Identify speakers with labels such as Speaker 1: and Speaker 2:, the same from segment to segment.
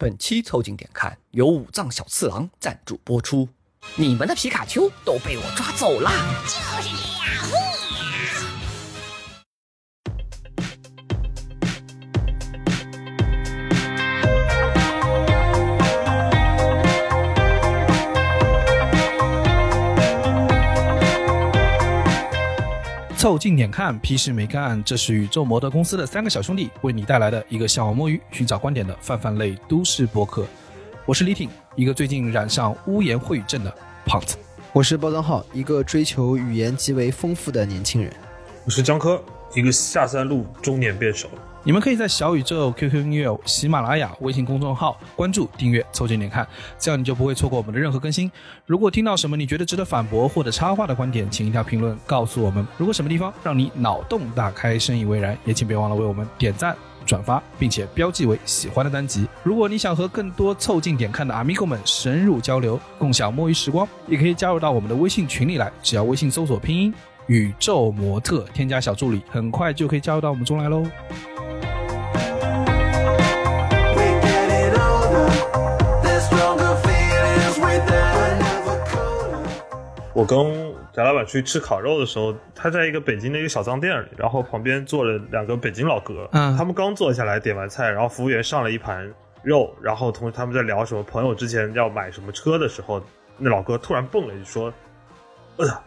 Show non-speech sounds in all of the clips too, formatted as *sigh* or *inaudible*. Speaker 1: 本期凑近点看由五藏小次郎赞助播出。你们的皮卡丘都被我抓走啦！
Speaker 2: 就是这样，嘿呀！
Speaker 3: 凑近点看，屁事没干。这是宇宙模特公司的三个小兄弟为你带来的一个向往摸鱼、寻找观点的泛泛类都市博客。我是李挺，一个最近染上污言秽语症的胖子。
Speaker 4: 我是包装号，一个追求语言极为丰富的年轻人。
Speaker 5: 我是张科，一个下三路中年辩手。
Speaker 3: 你们可以在小宇宙、QQ 音乐、喜马拉雅、微信公众号关注、订阅、凑近点看，这样你就不会错过我们的任何更新。如果听到什么你觉得值得反驳或者插话的观点，请一定要评论告诉我们。如果什么地方让你脑洞大开、深以为然，也请别忘了为我们点赞、转发，并且标记为喜欢的单集。如果你想和更多凑近点看的 amigo 们深入交流，共享摸鱼时光，也可以加入到我们的微信群里来，只要微信搜索拼音“宇宙模特”，添加小助理，很快就可以加入到我们中来喽。
Speaker 6: We get it older, the stronger feelings we die never colder.
Speaker 5: 我跟翟老板出去吃烤肉的时候，他在一个北京的一个小脏店里，然后旁边坐了两个北京老哥，
Speaker 3: 嗯
Speaker 5: 他们刚坐下来点完菜，然后服务员上了一盘肉，然后同时他们在聊什么朋友之前要买什么车的时候，那老哥突然蹦了一句说：“我操，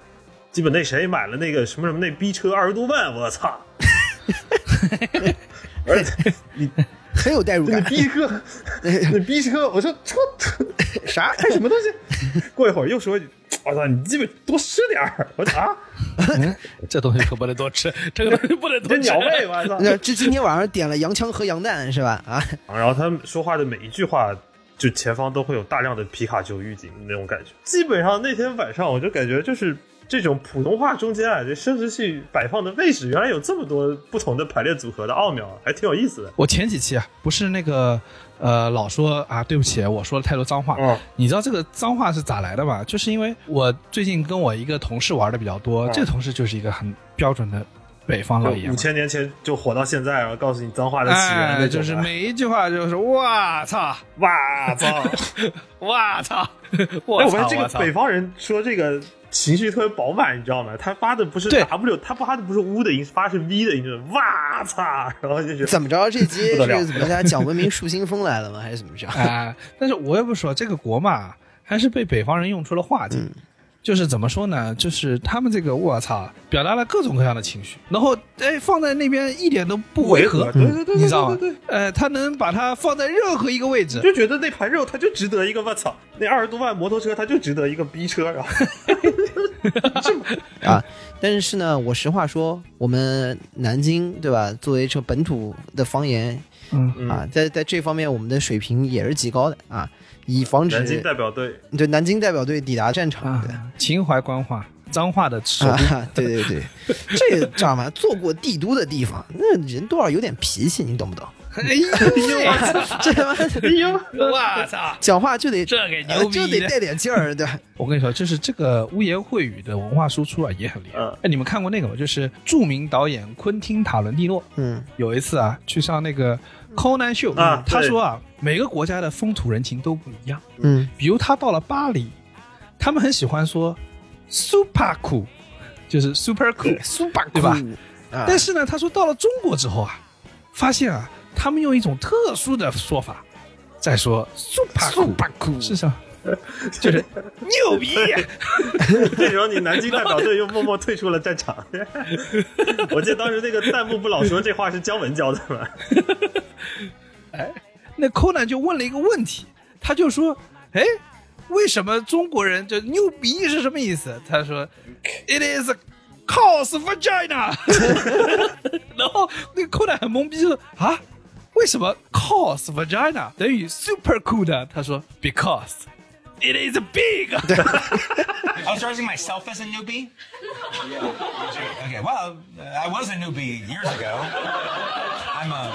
Speaker 5: 基本那谁买了那个什么什么那逼车二十多万，我操！” *laughs* 而且你
Speaker 4: 很有代入
Speaker 3: *laughs*
Speaker 5: 那
Speaker 4: 感。
Speaker 5: 逼车，那逼车，我说操，啥？开什么东西？ *laughs* 过一会儿又说一句，我操，你基本多吃点儿。我说啊，
Speaker 3: *laughs* 这东西可不能多 *laughs* 吃，这个东西不能
Speaker 5: 你这
Speaker 3: 多吃。
Speaker 5: 鸟胃，我
Speaker 3: 啊
Speaker 5: 操！
Speaker 4: 那这今天晚上点了洋枪和洋弹是吧？
Speaker 3: *laughs*
Speaker 4: 啊，
Speaker 5: 然后他们说话的每一句话，就前方都会有大量的皮卡丘预警那种感觉。基本上那天晚上，我就感觉就是这种普通话中间啊，这生殖器摆放的位置，原来有这么多不同的排列组合的奥妙，还挺有意思的。
Speaker 3: 我前几期啊，不是那个呃，老说啊，对不起，我说了太多脏话。
Speaker 5: 嗯
Speaker 3: 你知道这个脏话是咋来的吗？就是因为我最近跟我一个同事玩的比较多，
Speaker 5: 嗯
Speaker 3: 这个同事就是一个很标准的北方老爷
Speaker 5: 五
Speaker 3: 们。
Speaker 5: 千年前就火到现在，然后告诉你脏话的起源
Speaker 3: 哎，
Speaker 5: 那种的，
Speaker 3: 就是每一句话就是哇操，
Speaker 5: 哇啊操！
Speaker 3: 哇 *laughs* 操，
Speaker 5: 哎，
Speaker 3: 我
Speaker 5: 我
Speaker 3: 操
Speaker 5: 发现这
Speaker 3: 我操 *laughs*
Speaker 5: 个北方人说这个情绪特别饱满，你知道吗？他发的不是
Speaker 3: 对
Speaker 5: W，他发的不是 U 的音，发是 V 的音，就是哇操，然后就是
Speaker 4: 怎么着？这集
Speaker 5: 不得了
Speaker 4: 是怎么家讲文明树新风来了吗？还是怎么
Speaker 3: *laughs*
Speaker 4: 着？
Speaker 3: 啊、但是我也不说这个国嘛，还是被北方人用出了话境。就是怎么说呢？就是他们这个我操，表达了各种各样的情绪，然后哎放在那边一点都不违和，
Speaker 5: 对对对对
Speaker 3: 你知道吗
Speaker 5: 对对对？
Speaker 3: 呃，他能把它放在任何一个位置，
Speaker 5: 就觉得那盘肉它就值得一个我操，那二十多万摩托车它就值得一个逼车，然后这么
Speaker 4: 啊，但是呢，我实话说，我们南京对吧？作为这本土的方言
Speaker 3: 嗯，
Speaker 4: 啊，在在这方面我们的水平也是极高的啊，以防止
Speaker 5: 南京代
Speaker 3: *laughs*
Speaker 5: 表队
Speaker 4: 对南京代表队抵达战场。
Speaker 3: 啊
Speaker 4: 对，
Speaker 3: 情怀官话，脏话的尺度，
Speaker 4: 啊， *laughs* 对对对，这个知道吗？做过帝都的地方，那人多少有点脾气，你懂不懂？
Speaker 3: *laughs* 哎
Speaker 4: *laughs*
Speaker 3: 呦，
Speaker 4: 这他妈哎
Speaker 5: 啊
Speaker 3: 我操！
Speaker 4: 讲话就得
Speaker 3: 这个牛
Speaker 4: 呃
Speaker 3: 逼
Speaker 4: 就得带点劲儿，对吧？ *laughs*
Speaker 3: 我跟你说，就是这个污言秽语的文化输出啊，也很厉害。
Speaker 5: 嗯
Speaker 3: 哎，你们看过那个吗？就是著名导演昆汀·塔伦蒂诺，
Speaker 4: 嗯，
Speaker 3: 有一次啊，去上那个 Conan 秀
Speaker 5: 啊
Speaker 3: 他
Speaker 5: 对
Speaker 3: 说啊，每个国家的风土人情都不一样。
Speaker 4: 嗯，
Speaker 3: 比如他到了巴黎，他们很喜欢说 super cool，就是 super 嗯 cool，super 对吧？
Speaker 4: 啊，
Speaker 3: 但是呢，他说到了中国之后啊，发现啊，他们用一种特殊的说法在说 super super cool 是啥？就是牛逼、
Speaker 5: 这时候你南京代表队又默默退出了战场。 *laughs* 我记得当时那个弹幕不老说这话是姜文教的吗？
Speaker 3: 那柯南就问了一个问题，他就说：“哎，为什么中国人就牛逼是什么意思？”他说：“It is a cause vagina。” *laughs* 然后那柯南很懵逼，就说：“啊，为什么 cause vagina 等于 super cool 呢？”他说：“Because it is a big。”
Speaker 7: I was raising myself as a newbie. Yeah. Okay. Well, I was a newbie years ago. I'm a.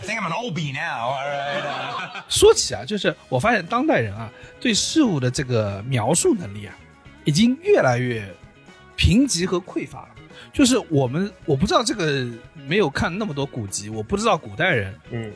Speaker 7: I think I'm an old bee now. All right.
Speaker 3: 说起啊，就是我发现当代人啊，对事物的这个描述能力啊，已经越来越贫瘠和匮乏了。就是我们，我不知道这个没有看那么多古籍，我不知道古代人
Speaker 5: 嗯，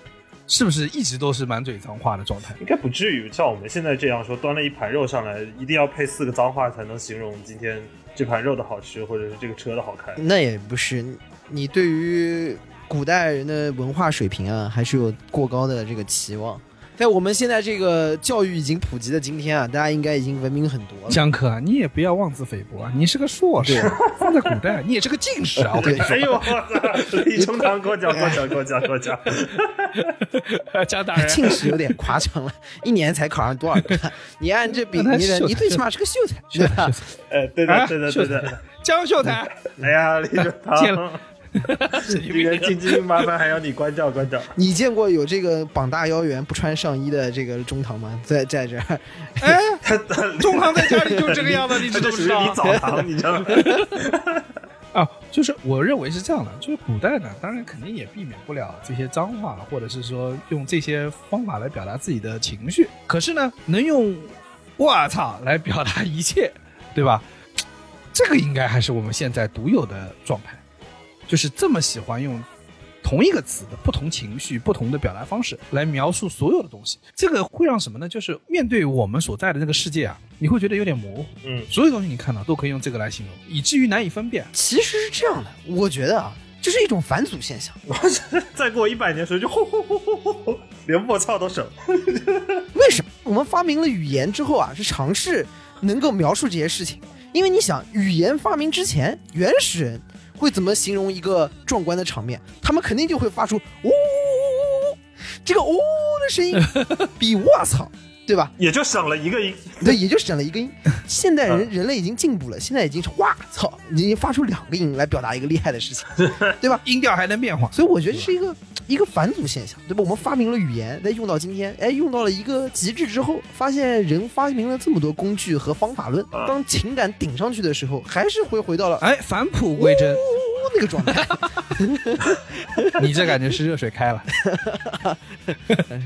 Speaker 3: 是不是一直都是满嘴脏话的状态？
Speaker 5: 应该不至于像我们现在这样说，端了一盘肉上来，一定要配四个脏话才能形容今天这盘肉的好吃，或者是这个车的好开。
Speaker 4: 那也不是，你对于古代人的文化水平啊，还是有过高的这个期望。在我们现在这个教育已经普及的今天啊，大家应该已经文明很多了。
Speaker 3: 江科啊，你也不要妄自菲薄啊！你是个硕士，放在古代你也是个进
Speaker 5: *laughs*
Speaker 3: 士啊！我跟你
Speaker 5: 哎呦，我操！李成堂给我讲，给我讲，给我讲，给我讲。
Speaker 3: 说， *laughs* 江大
Speaker 4: *laughs*
Speaker 3: 人，
Speaker 4: 庆是有点夸张 *laughs* 了，一年才考上多少 *laughs* 个？你按这比
Speaker 3: 那
Speaker 4: 例的，
Speaker 3: 秀才
Speaker 4: 你最起码是个秀才，对 *laughs* 吧？
Speaker 5: 哎，对
Speaker 3: 啊
Speaker 5: 的，对的，对
Speaker 3: 秀才
Speaker 5: 的。
Speaker 3: 江秀才，
Speaker 5: 哎呀，李成
Speaker 3: 见
Speaker 5: 堂
Speaker 3: 了， *laughs*
Speaker 5: 这个进京麻烦还要你关照关照。
Speaker 4: 你见过有这个膀大腰圆不穿上衣的这个中堂吗？在在这儿，
Speaker 3: 哎，
Speaker 5: 他他
Speaker 3: 中堂在家里就是这个
Speaker 5: *laughs*
Speaker 3: 样子，你
Speaker 5: 这
Speaker 3: 知道
Speaker 5: 就
Speaker 3: 不
Speaker 5: 属
Speaker 3: 知
Speaker 5: 于
Speaker 3: 道
Speaker 5: 你
Speaker 3: 啊？
Speaker 5: 澡堂，你知道吗？
Speaker 3: 啊，就是我认为是这样的，就是古代呢，当然肯定也避免不了这些脏话，或者是说用这些方法来表达自己的情绪。可是呢，能用“我操”来表达一切，对吧？这个应该还是我们现在独有的状态，就是这么喜欢用同一个词的不同情绪、不同的表达方式来描述所有的东西。这个会让什么呢？就是面对我们所在的这个世界啊，你会觉得有点模糊，
Speaker 5: 嗯，
Speaker 3: 所有东西你看到都可以用这个来形容，以至于难以分辨。
Speaker 4: 其实是这样的，我觉得啊，这是一种返祖现象。
Speaker 5: 再过一百年的时候就吼吼吼吼吼吼，连我操都省。
Speaker 4: 为什么我们发明了语言之后啊，是尝试能够描述这些事情？因为你想，语言发明之前，原始人会怎么形容一个壮观的场面？他们肯定就会发出“呜呜呜呜呜”这个“呜”哦的声音，哦 *laughs* 比“我操”对吧？
Speaker 5: 也就省了一个音。
Speaker 4: 对，也就省了一个音。现代人人类已经进步了，现在已经是“哇操”，已经发出两个音来表达一个厉害的事情，对吧？
Speaker 3: 音调还能变化。
Speaker 4: 所以我觉得这是一个一个返祖现象，对吧？我们发明了语言，再用到今天，哎，用到了一个极致之后，发现人发明了这么多工具和方法论，当情感顶上去的时候，还是会回到了。
Speaker 3: 哎，返璞归真，
Speaker 4: *laughs* 呜那个状态
Speaker 3: 你这感觉是热水开了。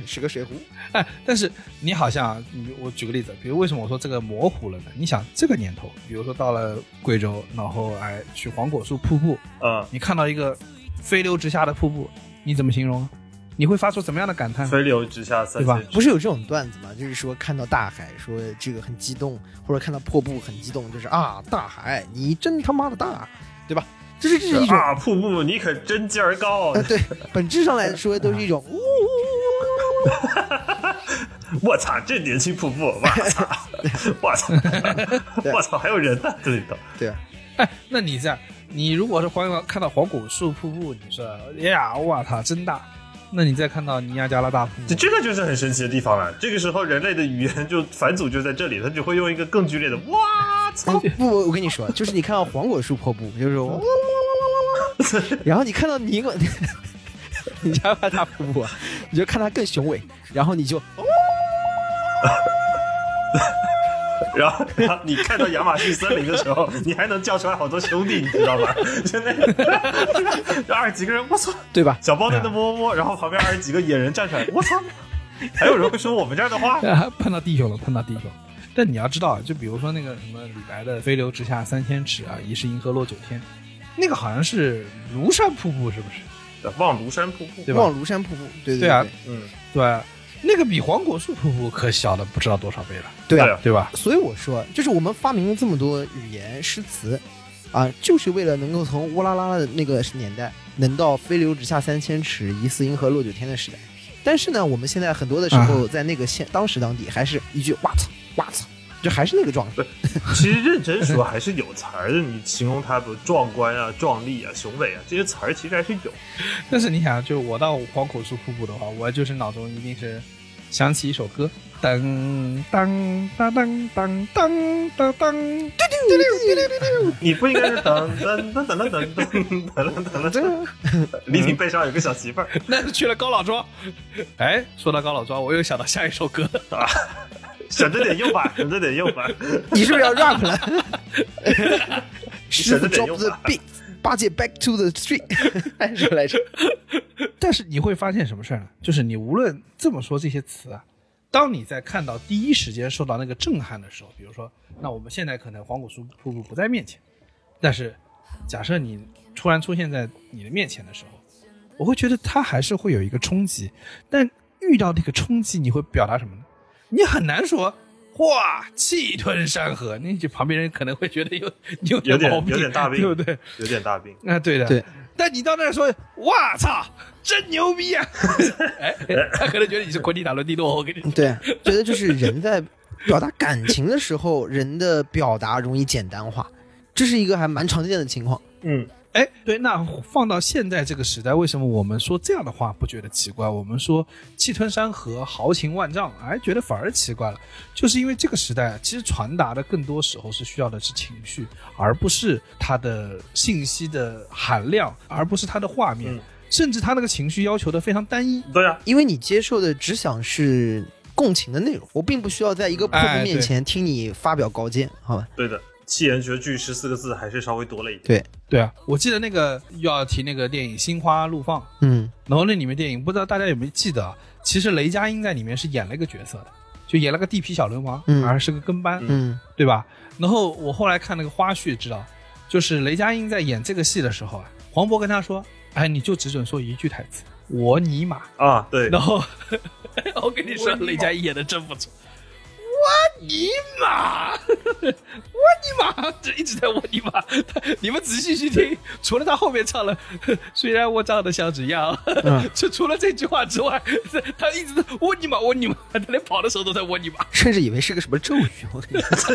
Speaker 4: 是个水壶，
Speaker 3: 哎，但是你好像，你我举个例子，比如为什么我说这个模糊了呢？你想这个年头，比如说到了贵州，然后哎去黄果树瀑布，
Speaker 5: 嗯，
Speaker 3: 你看到一个飞流直下的瀑布，你怎么形容啊？你会发出怎么样的感叹？
Speaker 5: 飞流直下三
Speaker 3: 对吧
Speaker 5: 千尺。
Speaker 4: 不是有这种段子吗？就是说看到大海，说这个很激动，或者看到破布很激动，就是啊，大海，你真他妈的大，对吧？就是这是一种
Speaker 5: 啊，瀑布，你可真劲儿高！啊
Speaker 4: 呃，对，本质上来说都是一种呜呜呜
Speaker 5: 我操，这年轻瀑布，我操，
Speaker 4: *laughs*
Speaker 5: 我操，我操，还有人呢，这里头。
Speaker 4: 呜，对吧？
Speaker 3: 哎，那你这样，你如果是黄看到黄果树瀑布，你说哎呀，我操，真大。那你再看到尼亚加拉大瀑
Speaker 5: 这
Speaker 3: 布，？
Speaker 5: 这个就是很神奇的地方了。这个时候，人类的语言就返祖就在这里，他只会用一个更剧烈的“哇操
Speaker 4: 不不，我跟你说，就是你看到黄果树破布，就是嗡嗡嗡嗡嗡嗡，然后你看到尼果，你家怕大瀑布啊，你就看它更雄伟，然后你就，”，
Speaker 5: 然后然后你看到亚马逊森林的时候，你还能叫出来好多兄弟，你知道吗？现在 *laughs* 就二十几个人，我操，
Speaker 4: 对吧？
Speaker 5: 小包在那摸摸摸，然后旁边二十几个野人站出来，我操，还有人会说我们这儿的话
Speaker 3: 啊，碰到弟兄了，碰到弟兄。但你要知道，就比如说那个什么李白的“飞流直下三千尺，啊，疑是银河落九天”，那个好像是庐山瀑布，是不是？
Speaker 5: 望庐山瀑布，
Speaker 3: 对吧
Speaker 4: 望庐山瀑布，对
Speaker 3: 对
Speaker 4: 对
Speaker 3: 啊
Speaker 5: 嗯，
Speaker 3: 对吧，那个比黄果树瀑布可小了不知道多少倍了，
Speaker 4: 对
Speaker 5: 对
Speaker 4: 啊
Speaker 5: 啊，
Speaker 3: 对吧？
Speaker 4: 所以我说，就是我们发明了这么多语言诗词，啊，就是为了能够从乌拉拉的那个年代，能到飞流直下三千尺，疑似银河落九天的时代。但是呢，我们现在很多的时
Speaker 3: 啊
Speaker 4: 候，在那个现、当时当地，还是一句“哇操哇操”，就还是那个状态。
Speaker 5: 其实认真说还是有词儿的，你形容它，比如壮观啊、壮丽啊、雄伟啊，这些词儿其实还是有。
Speaker 3: 但是你想，就我到黄果树瀑布的话，我就是脑中一定是想起一首歌，噔当当当当当当当，
Speaker 5: 你不应该是噔噔噔噔噔噔噔噔噔噔，李挺背上有个小媳妇儿，
Speaker 3: 那是去了高老庄。哎，说到高老庄，我又想到下一首歌。
Speaker 5: 省着点用吧，省着点用吧。
Speaker 4: *laughs* 你是不是要 rap 了？师
Speaker 5: 省
Speaker 4: 傅
Speaker 5: 着
Speaker 4: drop
Speaker 5: 点用
Speaker 4: the
Speaker 5: 吧
Speaker 4: beat，八戒 back to the street，还 *laughs* 是什么来着？
Speaker 3: 但是你会发现什么事儿呢？就是你无论这么说这些词啊，当你在看到第一时间受到那个震撼的时候，比如说，那我们现在可能黄果树瀑布不在面前，但是假设你突然出现在你的面前的时候，我会觉得它还是会有一个冲击。但遇到那个冲击，你会表达什么呢？你很难说。哇，气吞山河！那就旁边人可能会觉得有你有
Speaker 5: 有点
Speaker 3: 毛病，
Speaker 5: 有点大病，
Speaker 3: 对不对？？
Speaker 5: 有点大病。
Speaker 3: 啊，对的，
Speaker 4: 对。
Speaker 3: 但你到那儿说，哇操，真牛逼啊！哎，他可能觉得你是昆蒂塔伦蒂诺，我跟你说，
Speaker 4: 对，觉得就是人在表达感情的时候，人的表达容易简单化，这是一个还蛮常见的情况。
Speaker 5: 嗯，
Speaker 3: 哎，对，那放到现在这个时代，为什么我们说这样的话不觉得奇怪？我们说气吞山河、豪情万丈，哎，觉得反而奇怪了，就是因为这个时代，其实传达的更多时候是需要的是情绪，而不是它的信息的含量，而不是它的画面，
Speaker 5: 嗯
Speaker 3: 甚至它那个情绪要求的非常单一。
Speaker 5: 对啊，
Speaker 4: 因为你接受的只想是共情的内容，我并不需要在一个破
Speaker 3: 哎
Speaker 4: 布面
Speaker 3: 对
Speaker 4: 前听你发表高见，好吧？
Speaker 5: 对的。七言绝句十四个字还是稍微多了一点。
Speaker 4: 对，
Speaker 3: 对啊，我记得那个又要提那个电影《心花怒放》，
Speaker 4: 嗯，
Speaker 3: 然后那里面电影不知道大家有没有记得，啊？其实雷佳音在里面是演了一个角色的，就演了个地痞小流氓，
Speaker 4: 嗯
Speaker 3: 而是个跟班，
Speaker 4: 嗯
Speaker 3: 对吧？然后我后来看那个花絮知道，就是雷佳音在演这个戏的时候啊，黄渤跟他说：“哎，你就只准说一句台词，我尼玛。
Speaker 5: 啊，”对，
Speaker 3: 然后我跟你说，雷佳音演的真不错。我尼玛！我尼玛！这一直在我尼玛。他 *laughs* 你们仔细去听，除了他后面唱了“虽然我长得像只羊”，
Speaker 4: 嗯
Speaker 3: 就除了这句话之外，他他一直在我尼玛我尼玛，他连跑的时候都在我尼玛。
Speaker 4: 甚至以为是个什么咒语，我跟你说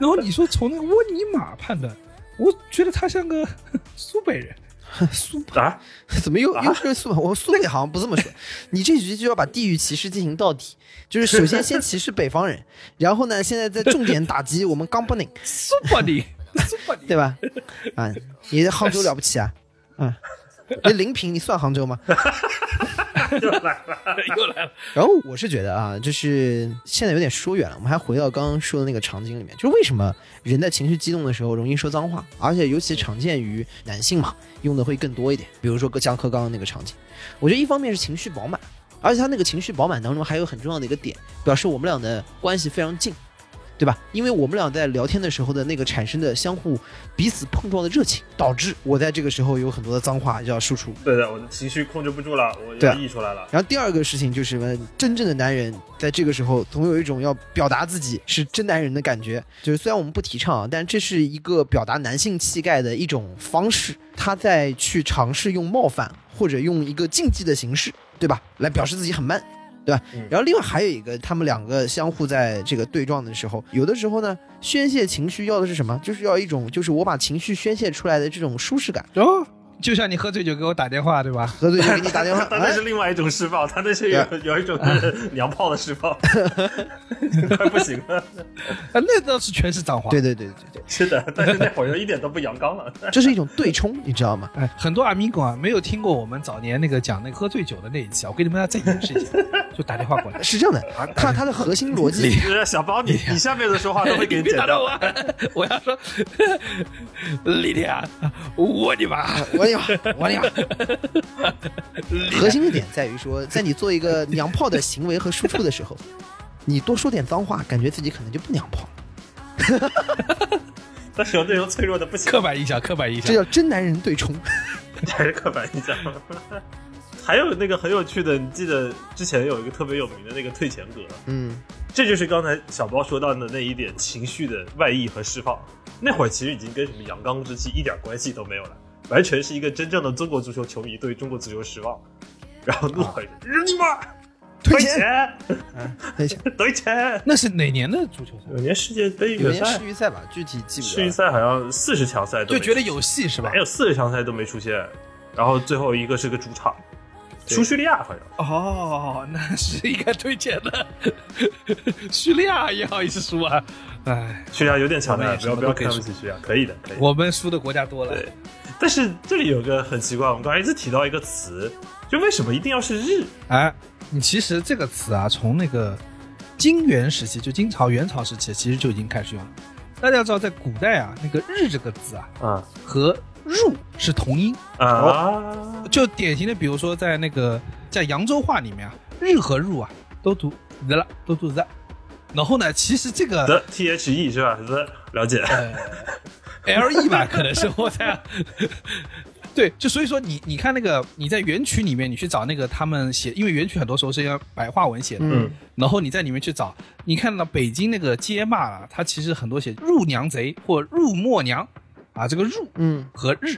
Speaker 3: 然后你说从那个沃尼玛判断，我觉得他像个苏北人。
Speaker 4: 苏
Speaker 5: 啊，
Speaker 4: *laughs* 怎么又又是苏？我苏北好像不这么说，你这局就要把地域歧视进行到底，就是首先先歧视北方人，然后呢，现在再重点打击我们冈布宁，
Speaker 3: *laughs* 苏北的，苏北的，
Speaker 4: 对吧？啊，你在杭州了不起啊？
Speaker 3: *laughs*
Speaker 4: 嗯，那临平你算杭州吗？
Speaker 5: 又来了。
Speaker 3: 又来了。
Speaker 4: 然后我是觉得啊，就是现在有点说远了，我们还回到刚刚说的那个场景里面，就是为什么人在情绪激动的时候容易说脏话，而且尤其常见于男性嘛，用的会更多一点。比如说像柯刚刚那个场景，我觉得一方面是情绪饱满，而且他那个情绪饱满当中还有很重要的一个点，表示我们俩的关系非常近，对吧？因为我们俩在聊天的时候的那个产生的相互彼此碰撞的热情，导致我在这个时候有很多的脏话要输出。
Speaker 5: 对的，我的情绪控制不住了，我
Speaker 4: 对
Speaker 5: 要
Speaker 4: 啊
Speaker 5: 溢出来了。
Speaker 4: 然后第二个事情就是什么？真正的男人在这个时候总有一种要表达自己是真男人的感觉。就是虽然我们不提倡啊，但这是一个表达男性气概的一种方式。他在去尝试用冒犯或者用一个竞技的形式，对吧，来表示自己很 man，对吧
Speaker 5: 嗯？
Speaker 4: 然后另外还有一个，他们两个相互在这个对撞的时候，有的时候呢，宣泄情绪要的是什么？就是要一种就是我把情绪宣泄出来的这种舒适感。
Speaker 3: 哦，就像你喝醉酒给我打电话，对吧？
Speaker 4: 喝醉就给你打电
Speaker 5: *laughs*
Speaker 4: 话，
Speaker 5: 他
Speaker 4: 哎
Speaker 5: 那是另外一种释放，他那是有有一种就是娘炮的释放，快不行了。
Speaker 3: 啊，那倒是全是脏话。
Speaker 4: 对，对对对对，
Speaker 5: 是的，但是那会儿又一点都不阳刚 *laughs* 了。
Speaker 4: 这是一种对冲，你知道吗？
Speaker 3: 哎，很多阿米狗啊，没有听过我们早年那个讲那个喝醉酒的那一期啊，我给你们再演示一下，就打电话过来。
Speaker 4: 啊是这样的，它它的核心逻辑
Speaker 5: 就是小包，你你下辈子说话都会给
Speaker 3: 你
Speaker 5: *laughs* 哎你
Speaker 3: 别
Speaker 5: 剪
Speaker 3: 打断
Speaker 5: 掉。
Speaker 3: 我， *laughs* 我要说，李天啊，我的妈！
Speaker 4: 啊我 *laughs* 的妈，我的妈！核心的点在于 *laughs* 说，在你做一个娘炮的行为和输出的时候， *laughs* 你多说点脏话，感觉自己可能就不娘炮， *laughs*
Speaker 5: 但是有那种脆弱的不行
Speaker 3: 刻，板印象，刻板印
Speaker 4: 这
Speaker 3: 象。
Speaker 4: 叫真男人对冲。
Speaker 5: 还是刻板印象。 *laughs* 还有那个很有趣的，你记得之前有一个特别有名的那个退钱格，
Speaker 4: 嗯，
Speaker 5: 这就是刚才小包说到的那一点情绪的外溢和释放。那会儿其实已经跟什么阳刚之气一点关系都没有了，完全是一个真正的中国足球球迷对中国足球失望，然后怒吼一声：“日你妈，
Speaker 4: 退
Speaker 5: 退
Speaker 4: 钱，
Speaker 5: 钱，嗯
Speaker 4: 退钱。
Speaker 5: *laughs* 退钱
Speaker 3: 那是哪年的足球赛
Speaker 5: 有？年世界杯
Speaker 4: 有
Speaker 5: 决
Speaker 4: 年
Speaker 5: 赛
Speaker 4: 世，预赛吧，具体记不
Speaker 5: 世预
Speaker 4: 得了。
Speaker 5: 赛好像四十强赛
Speaker 3: 就
Speaker 5: 都没
Speaker 3: 觉得有戏是吧
Speaker 5: 还？有四十强赛都没出现，然后最后一个是个主场，输叙利亚好像。
Speaker 3: 哦，那是应该推荐的。 *laughs* 叙利亚也好意思输啊？哎，
Speaker 5: 叙利亚有点强
Speaker 3: 我
Speaker 5: 的，
Speaker 3: 们也什
Speaker 5: 不要
Speaker 3: 么
Speaker 5: 不
Speaker 3: 都
Speaker 5: 要
Speaker 3: 可以
Speaker 5: 看
Speaker 3: 说
Speaker 5: 不起叙利亚，可以的，可以的。
Speaker 3: 我们输的国家多了。
Speaker 5: 对但是这里有个很奇怪，我们刚才一直提到一个词，就为什么一定要是日？
Speaker 3: 哎，你其实这个词啊，从那个金元时期，就金朝、元朝时期，其实就已经开始用了。大家知道，在古代啊，那个“日”这个字啊，
Speaker 5: 啊
Speaker 3: 和“入”是同音。
Speaker 5: 啊，
Speaker 3: 就典型的，比如说在那个在扬州话里面啊，“日”和“入”啊，都读“的”了，都读“的”。然后呢，其实这个
Speaker 5: 的 T H E
Speaker 3: 呃
Speaker 5: 是吧？的了解。
Speaker 3: L E 吧，可能是我在 *laughs* 对，就所以说你你看那个你在原曲里面，你去找那个他们写，因为原曲很多时候是用白话文写的，
Speaker 5: 嗯，
Speaker 3: 然后你在里面去找，你看到北京那个街骂啊，它其实很多写入娘贼或入默娘啊，这个入
Speaker 4: 嗯
Speaker 3: 和日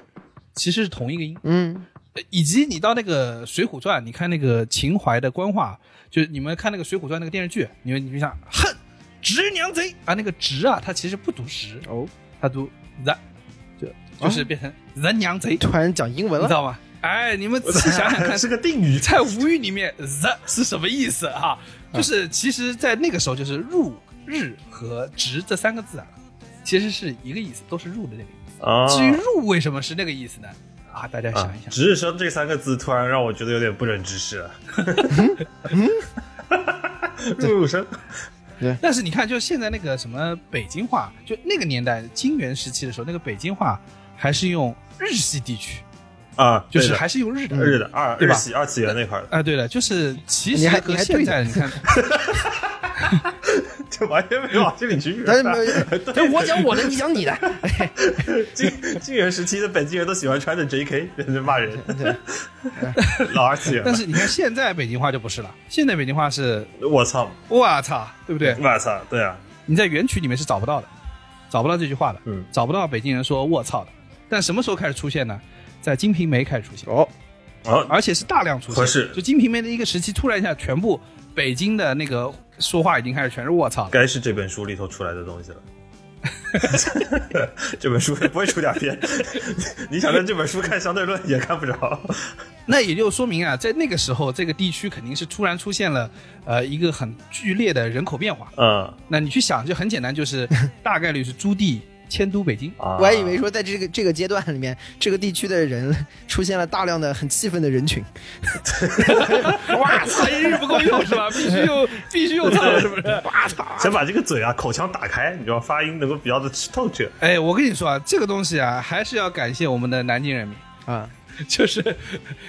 Speaker 3: 其实是同一个音，
Speaker 4: 嗯
Speaker 3: 呃以及你到那个《水浒传》，你看那个秦淮的官话，就是你们看那个《水浒传》那个电视剧，你们你就想恨直娘贼啊，那个直啊，它其实不读直，
Speaker 4: 哦，
Speaker 3: 它读 the，就就是变成人娘贼，
Speaker 4: 突然讲英文
Speaker 3: 你知
Speaker 4: 了，
Speaker 3: 道吗？哎，你们仔细想想看，
Speaker 5: *laughs* 是个定语。
Speaker 3: 在吴语里面 the 是什么意思啊？就是其实，在那个时候，就是入日和直这三个字啊，其实是一个意思，都是入的那个意
Speaker 5: 啊
Speaker 3: 思。至于入为什么是那个意思呢？啊，大家
Speaker 5: 啊
Speaker 3: 想一，想。
Speaker 5: 值日生这三个字突然让我觉得有点不忍直视了。
Speaker 3: 嗯
Speaker 5: *laughs* 入伍生，
Speaker 3: 但是你看，就现在那个什么北京话，就那个年代金元时期的时候，那个北京话还是用日系地区，
Speaker 5: 啊，
Speaker 3: 就
Speaker 5: 对
Speaker 3: 是
Speaker 5: 的
Speaker 3: 还是用日的。
Speaker 5: 日的二
Speaker 3: 对
Speaker 5: 日
Speaker 3: 吧
Speaker 5: 系二次元那块儿的，
Speaker 3: 啊，对了，就是其
Speaker 4: 你
Speaker 3: 实
Speaker 4: 还
Speaker 3: 和
Speaker 4: 你还
Speaker 3: 现
Speaker 4: 对
Speaker 3: 在你看，
Speaker 5: 这完全没有往这里去。
Speaker 4: 但是没 *laughs* 有，
Speaker 5: 对，
Speaker 4: 我讲我的，你讲你的， *laughs*
Speaker 5: 金金元时期的北京人都喜欢穿着 JK 在那骂人，
Speaker 4: 对，
Speaker 5: *laughs* 老二次元了。
Speaker 3: 但是你看现在北京话就不是了，现在北京话是
Speaker 5: 我操，
Speaker 3: 我操，对不对？
Speaker 5: 我操，对啊，
Speaker 3: 你在原曲里面是找不到的，找不到这句话的，
Speaker 5: 嗯
Speaker 3: 找不到北京人说我操的。但什么时候开始出现呢？在《金瓶梅》开始出现，
Speaker 4: 哦，
Speaker 5: 啊，
Speaker 3: 而且是大量出现。
Speaker 5: 合适
Speaker 3: 就《金瓶梅》的一个时期，突然一下，全部北京的那个说话已经开始全是我操了。
Speaker 5: 该是这本书里头出来的东西了。 *laughs* 这本书也不会出两篇， *laughs* 你想在这本书看相对论也看不着。
Speaker 3: 那也就说明啊，在那个时候，这个地区肯定是突然出现了呃一个很剧烈的人口变化。
Speaker 5: 嗯
Speaker 3: 那你去想，就很简单，就是 *laughs* 大概率是朱棣迁都北京。
Speaker 5: 啊，
Speaker 4: 我还以为说在这个这个阶段里面，这个地区的人出现了大量的很气愤的人群，
Speaker 3: *laughs* 哇操，一日不够用 *laughs* 是吧？必须用，必须用操，是不是？哇操！
Speaker 5: 先把这个嘴啊口腔打开，你知道发音能够比较的透彻。
Speaker 3: 哎，我跟你说啊，这个东西啊，还是要感谢我们的南京人民，
Speaker 4: 啊，
Speaker 3: 就是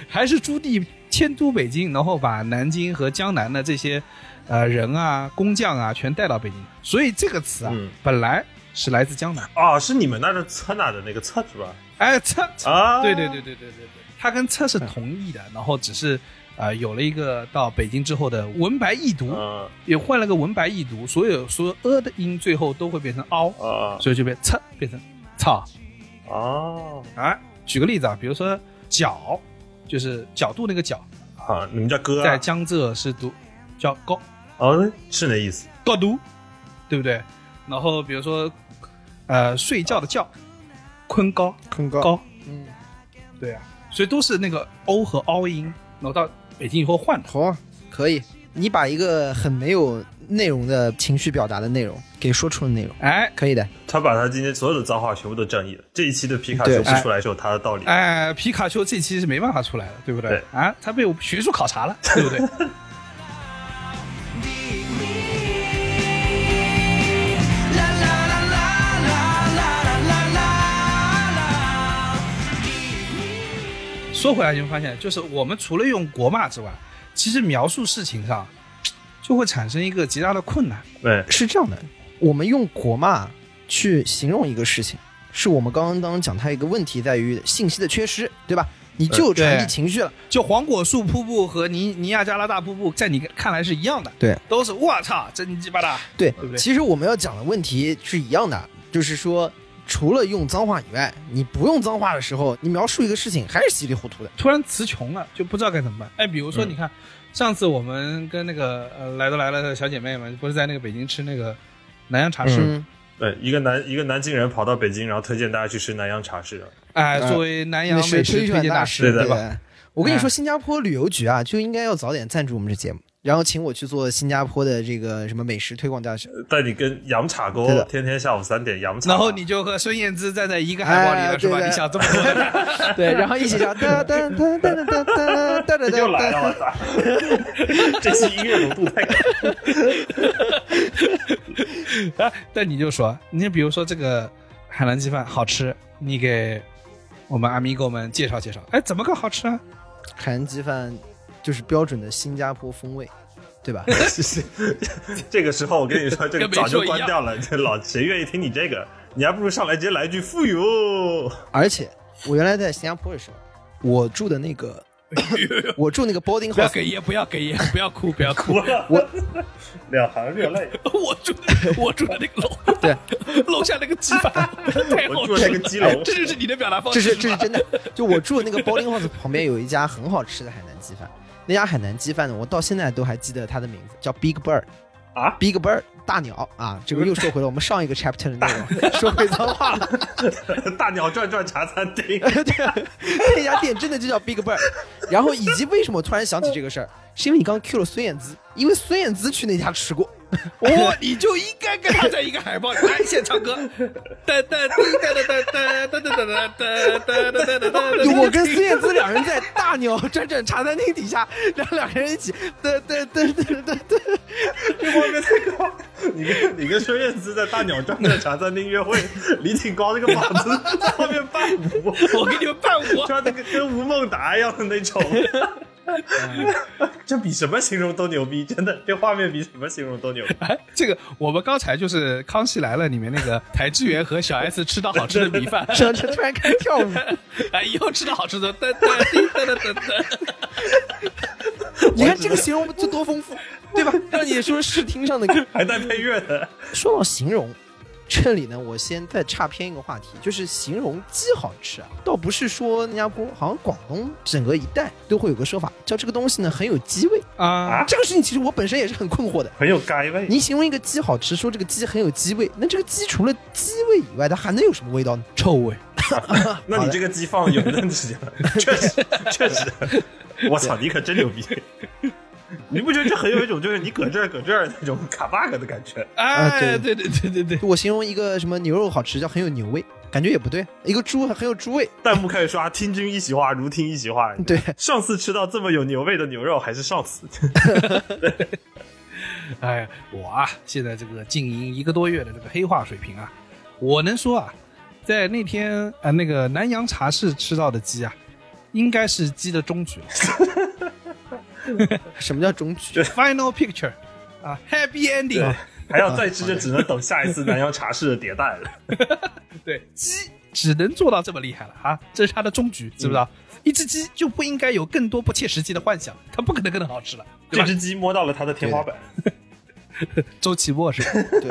Speaker 3: 还是朱棣迁都北京，然后把南京和江南的这些呃人啊、工匠啊全带到北京，所以这个词啊，
Speaker 5: 嗯
Speaker 3: 本来是来自江南。
Speaker 5: 哦，是你们那的侧哪的那个侧是吧？
Speaker 3: 哎，测，
Speaker 5: 啊，
Speaker 3: 对对对，对对对对，它跟测是同义的，然后只是呃有了一个到北京之后的文白异读，
Speaker 5: 嗯
Speaker 3: 也换了个文白异读，所有所有呃的音最后都会变成凹，
Speaker 5: 啊
Speaker 3: 所以就变测变成草。
Speaker 5: 哦
Speaker 3: 啊，举个例子啊，比如说角，就是角度那个角，
Speaker 5: 啊，你们叫哥
Speaker 3: 在
Speaker 5: 啊？
Speaker 3: 江浙是读叫高
Speaker 5: 哦，是那意思
Speaker 3: 高读，对不对？然后比如说呃睡觉的觉，坤高
Speaker 4: 很高
Speaker 3: 高，
Speaker 4: 嗯，
Speaker 3: 对啊，所以都是那个欧和凹音，然后到北京以后换的。
Speaker 4: 好、啊可以，你把一个很没有内容的情绪表达的内容给说出了内容，
Speaker 3: 哎
Speaker 4: 可以的，
Speaker 5: 他把他今天所有的脏话全部都正义了。这一期的皮卡
Speaker 4: 对
Speaker 5: 丘不出来是有他的道理。
Speaker 3: 哎，皮卡丘这期是没办法出来的，对不对？
Speaker 5: 对
Speaker 3: 啊，他被我学术考察了，对不对？ *laughs* 说回来，你会发现，就是我们除了用国骂之外，其实描述事情上就会产生一个极大的困难。
Speaker 5: 对，
Speaker 4: 是这样的，我们用国骂去形容一个事情，是我们刚刚刚讲它一个问题在于信息的缺失，对吧？你就传递
Speaker 3: 对
Speaker 4: 情绪了，
Speaker 3: 就黄果树瀑布和尼尼亚加拉大瀑布，在你看来是一样的，
Speaker 4: 对，
Speaker 3: 都是我操，真鸡巴的，
Speaker 4: 呃对，
Speaker 3: 对不对
Speaker 4: 其实我们要讲的问题是一样的，就是说，除了用脏话以外，你不用脏话的时候，你描述一个事情还是稀里糊涂的。
Speaker 3: 突然词穷了，就不知道该怎么办。哎，比如
Speaker 4: 嗯
Speaker 3: 说，你看、上次我们跟那个呃来都来了的小姐妹们，不是在那个北京吃那个南洋茶室吗？
Speaker 4: 嗯，
Speaker 5: 对，一个南一个南京人跑到北京，然后推荐大家去吃南洋茶室。
Speaker 3: 哎、
Speaker 4: 呃
Speaker 3: 作为南洋
Speaker 4: 那
Speaker 3: 美
Speaker 4: 是
Speaker 3: 食
Speaker 4: 推
Speaker 3: 推
Speaker 4: 荐
Speaker 3: 荐大
Speaker 4: 师，
Speaker 5: 对
Speaker 4: 对
Speaker 5: 的
Speaker 4: 吧？我跟你说，
Speaker 3: 哎
Speaker 4: 新加坡旅游局啊，就应该要早点赞助我们这节目，然后请我去做新加坡的这个什么美食推广大使。
Speaker 5: 带你跟洋茶沟
Speaker 4: 对的，
Speaker 5: 天天下午三点洋茶。
Speaker 3: 然后你就和孙燕姿站在一个海报里了，
Speaker 4: 哎
Speaker 3: 是吧？
Speaker 4: 对的
Speaker 3: 你想这么多的，
Speaker 4: 对，然后一起唱哒哒哒哒哒哒哒哒哒
Speaker 5: 又
Speaker 4: *laughs*
Speaker 5: 来了，
Speaker 4: 哒。
Speaker 5: 我操！ *laughs* 这期音乐浓度太高。
Speaker 3: *laughs* 但你就说，你比如说这个海南鸡饭好吃，你给我们阿米狗们介绍介绍，哎，怎么个好吃啊？
Speaker 4: 海南鸡饭就是标准的新加坡风味，对吧？
Speaker 5: 这个时候我跟你说，这个
Speaker 3: 跟没
Speaker 5: 早就
Speaker 3: 说一
Speaker 5: 关
Speaker 3: 样
Speaker 5: 掉
Speaker 3: *laughs*
Speaker 5: 了。这老谁愿意听你这个？你还不如上来直接来一句“富有
Speaker 4: 而且我原来在新加坡的时候，我住的那个，我住那个 boarding
Speaker 3: 不要
Speaker 4: house，
Speaker 3: 哽咽，不要哽咽，不要哭，不要哭。
Speaker 5: *laughs* 两行热泪。 *laughs*
Speaker 3: 我住的我住的那个楼，
Speaker 4: 对，
Speaker 3: 楼下那个鸡饭太好吃
Speaker 5: 我住
Speaker 3: 了，
Speaker 5: 的那个鸡笼
Speaker 3: 这就是你的表达方
Speaker 4: 这
Speaker 3: 式
Speaker 4: 是
Speaker 3: 吧，
Speaker 4: 这是真的。就我住的那个 boarding house 旁边有一家很好吃的海南鸡饭，那家海南鸡饭呢，我到现在都还记得它的名字，叫 Big Bird
Speaker 5: 啊
Speaker 4: ，Big Bird 大鸟啊，这个又说回了我们上一个 chapter 的内容，说回脏话了。
Speaker 5: 大鸟转转茶餐厅，
Speaker 4: 对，那家店真的就叫 Big Bird。然后以及为什么我突然想起这个事儿，是因为你刚刚 Q 了孙燕姿，因为孙燕姿去那家吃过。
Speaker 3: 我你就应该跟他在一个海报里来现唱歌，哒哒滴哒哒哒哒哒哒哒哒哒哒哒哒哒。
Speaker 4: 我跟孙燕姿两人在大鸟转转茶餐厅底下，然后两个人一起嘚嘚嘚嘚嘚嘚，
Speaker 5: 这画面太高。 *laughs* 你跟你跟孙燕姿在大鸟转转茶餐厅约会，李挺高那个膀子在后面伴舞，
Speaker 3: 我给你们伴舞，
Speaker 5: 穿的跟跟吴孟达一样的那种。 *laughs* 这比什么形容都牛逼，真的，这画面比什么形容都牛逼。
Speaker 3: 哎，这个我们刚才就是《康熙来了》里面那个台志源和小 S 吃到好吃的米饭，
Speaker 4: 然后突然开始跳舞。
Speaker 3: *laughs* 哎，以后吃到好吃的，哒哒滴哒哒哒哒。
Speaker 4: 你看这个形容就多丰富， *laughs* 对吧？让你说视听上的
Speaker 5: 还带配乐的，
Speaker 4: 说到形容，这里呢，我先再岔偏一个话题，就是形容鸡好吃啊，倒不是说新加坡，好像广东整个一带都会有个说法，叫这个东西呢很有鸡味。
Speaker 3: 啊
Speaker 5: 啊，
Speaker 4: 这个事情其实我本身也是很困惑的。
Speaker 5: 很有该味。
Speaker 4: 你形容一个鸡好吃，说这个鸡很有鸡味，那这个鸡除了鸡味以外，它还能有什么味道呢？
Speaker 3: 臭味，
Speaker 5: 那你这个鸡放油的事情，啊确实确实，我操，你可真牛逼！你不觉得这很有一种就是你搁这儿搁这儿那种卡 bug 的感觉？
Speaker 4: 啊
Speaker 3: 哎，对
Speaker 4: 对
Speaker 3: 对对对对，
Speaker 4: 我形容一个什么牛肉好吃，叫很有牛味，感觉也不对；啊一个猪很有猪味，
Speaker 5: 弹幕开始刷“听君一席话，如听一席话”。
Speaker 4: 对，
Speaker 5: 上次吃到这么有牛味的牛肉还是上
Speaker 3: *laughs*
Speaker 5: 次。
Speaker 3: 哎，我啊，现在这个经营一个多月的这个黑化水平啊，我能说啊，在那天啊、呃那个南洋茶室吃到的鸡啊，应该是鸡的终 *laughs* 局了
Speaker 4: 什么叫中曲？
Speaker 3: ，final picture 啊，happy ending 啊。
Speaker 5: 还要再吃，就只能等下一次南洋茶室的迭代了。
Speaker 3: 对，鸡只能做到这么厉害了啊，这是它的终局，知不知道？一只鸡就不应该有更多不切实际的幻想，它不可能更好吃了，对
Speaker 5: 这
Speaker 3: 吧？
Speaker 5: 只鸡摸到了它的天花板，
Speaker 3: 周奇墨 *laughs* 是吧？
Speaker 4: 对，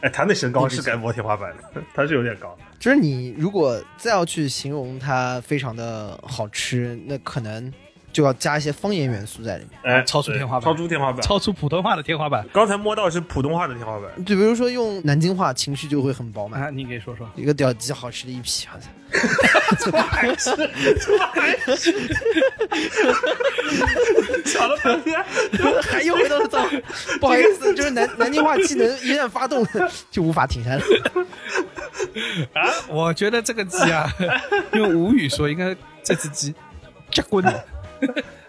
Speaker 5: 哎，它那身高是该摸天花板了，它是有点高。
Speaker 4: 就是你如果再要去形容它非常的好吃，那可能就要加一些方言元素在里面。
Speaker 5: 哎，
Speaker 3: 超出天花板
Speaker 5: 超出天花板。
Speaker 3: 超出普通话的天花板
Speaker 5: 刚才摸到是普通话的天花板，
Speaker 4: 就比如说用南京话，情绪就会很饱满。
Speaker 3: 啊！你给说说，
Speaker 4: 一个屌鸡好吃的一批 *laughs* 啊！
Speaker 5: 讲了半天，
Speaker 4: 还又回到了脏，不好意思，就是南南京话技能一旦发动， *laughs* 就无法停下来。
Speaker 3: 我觉得这个鸡啊， *laughs* 用吴语说应该这只鸡结棍 *laughs* 的，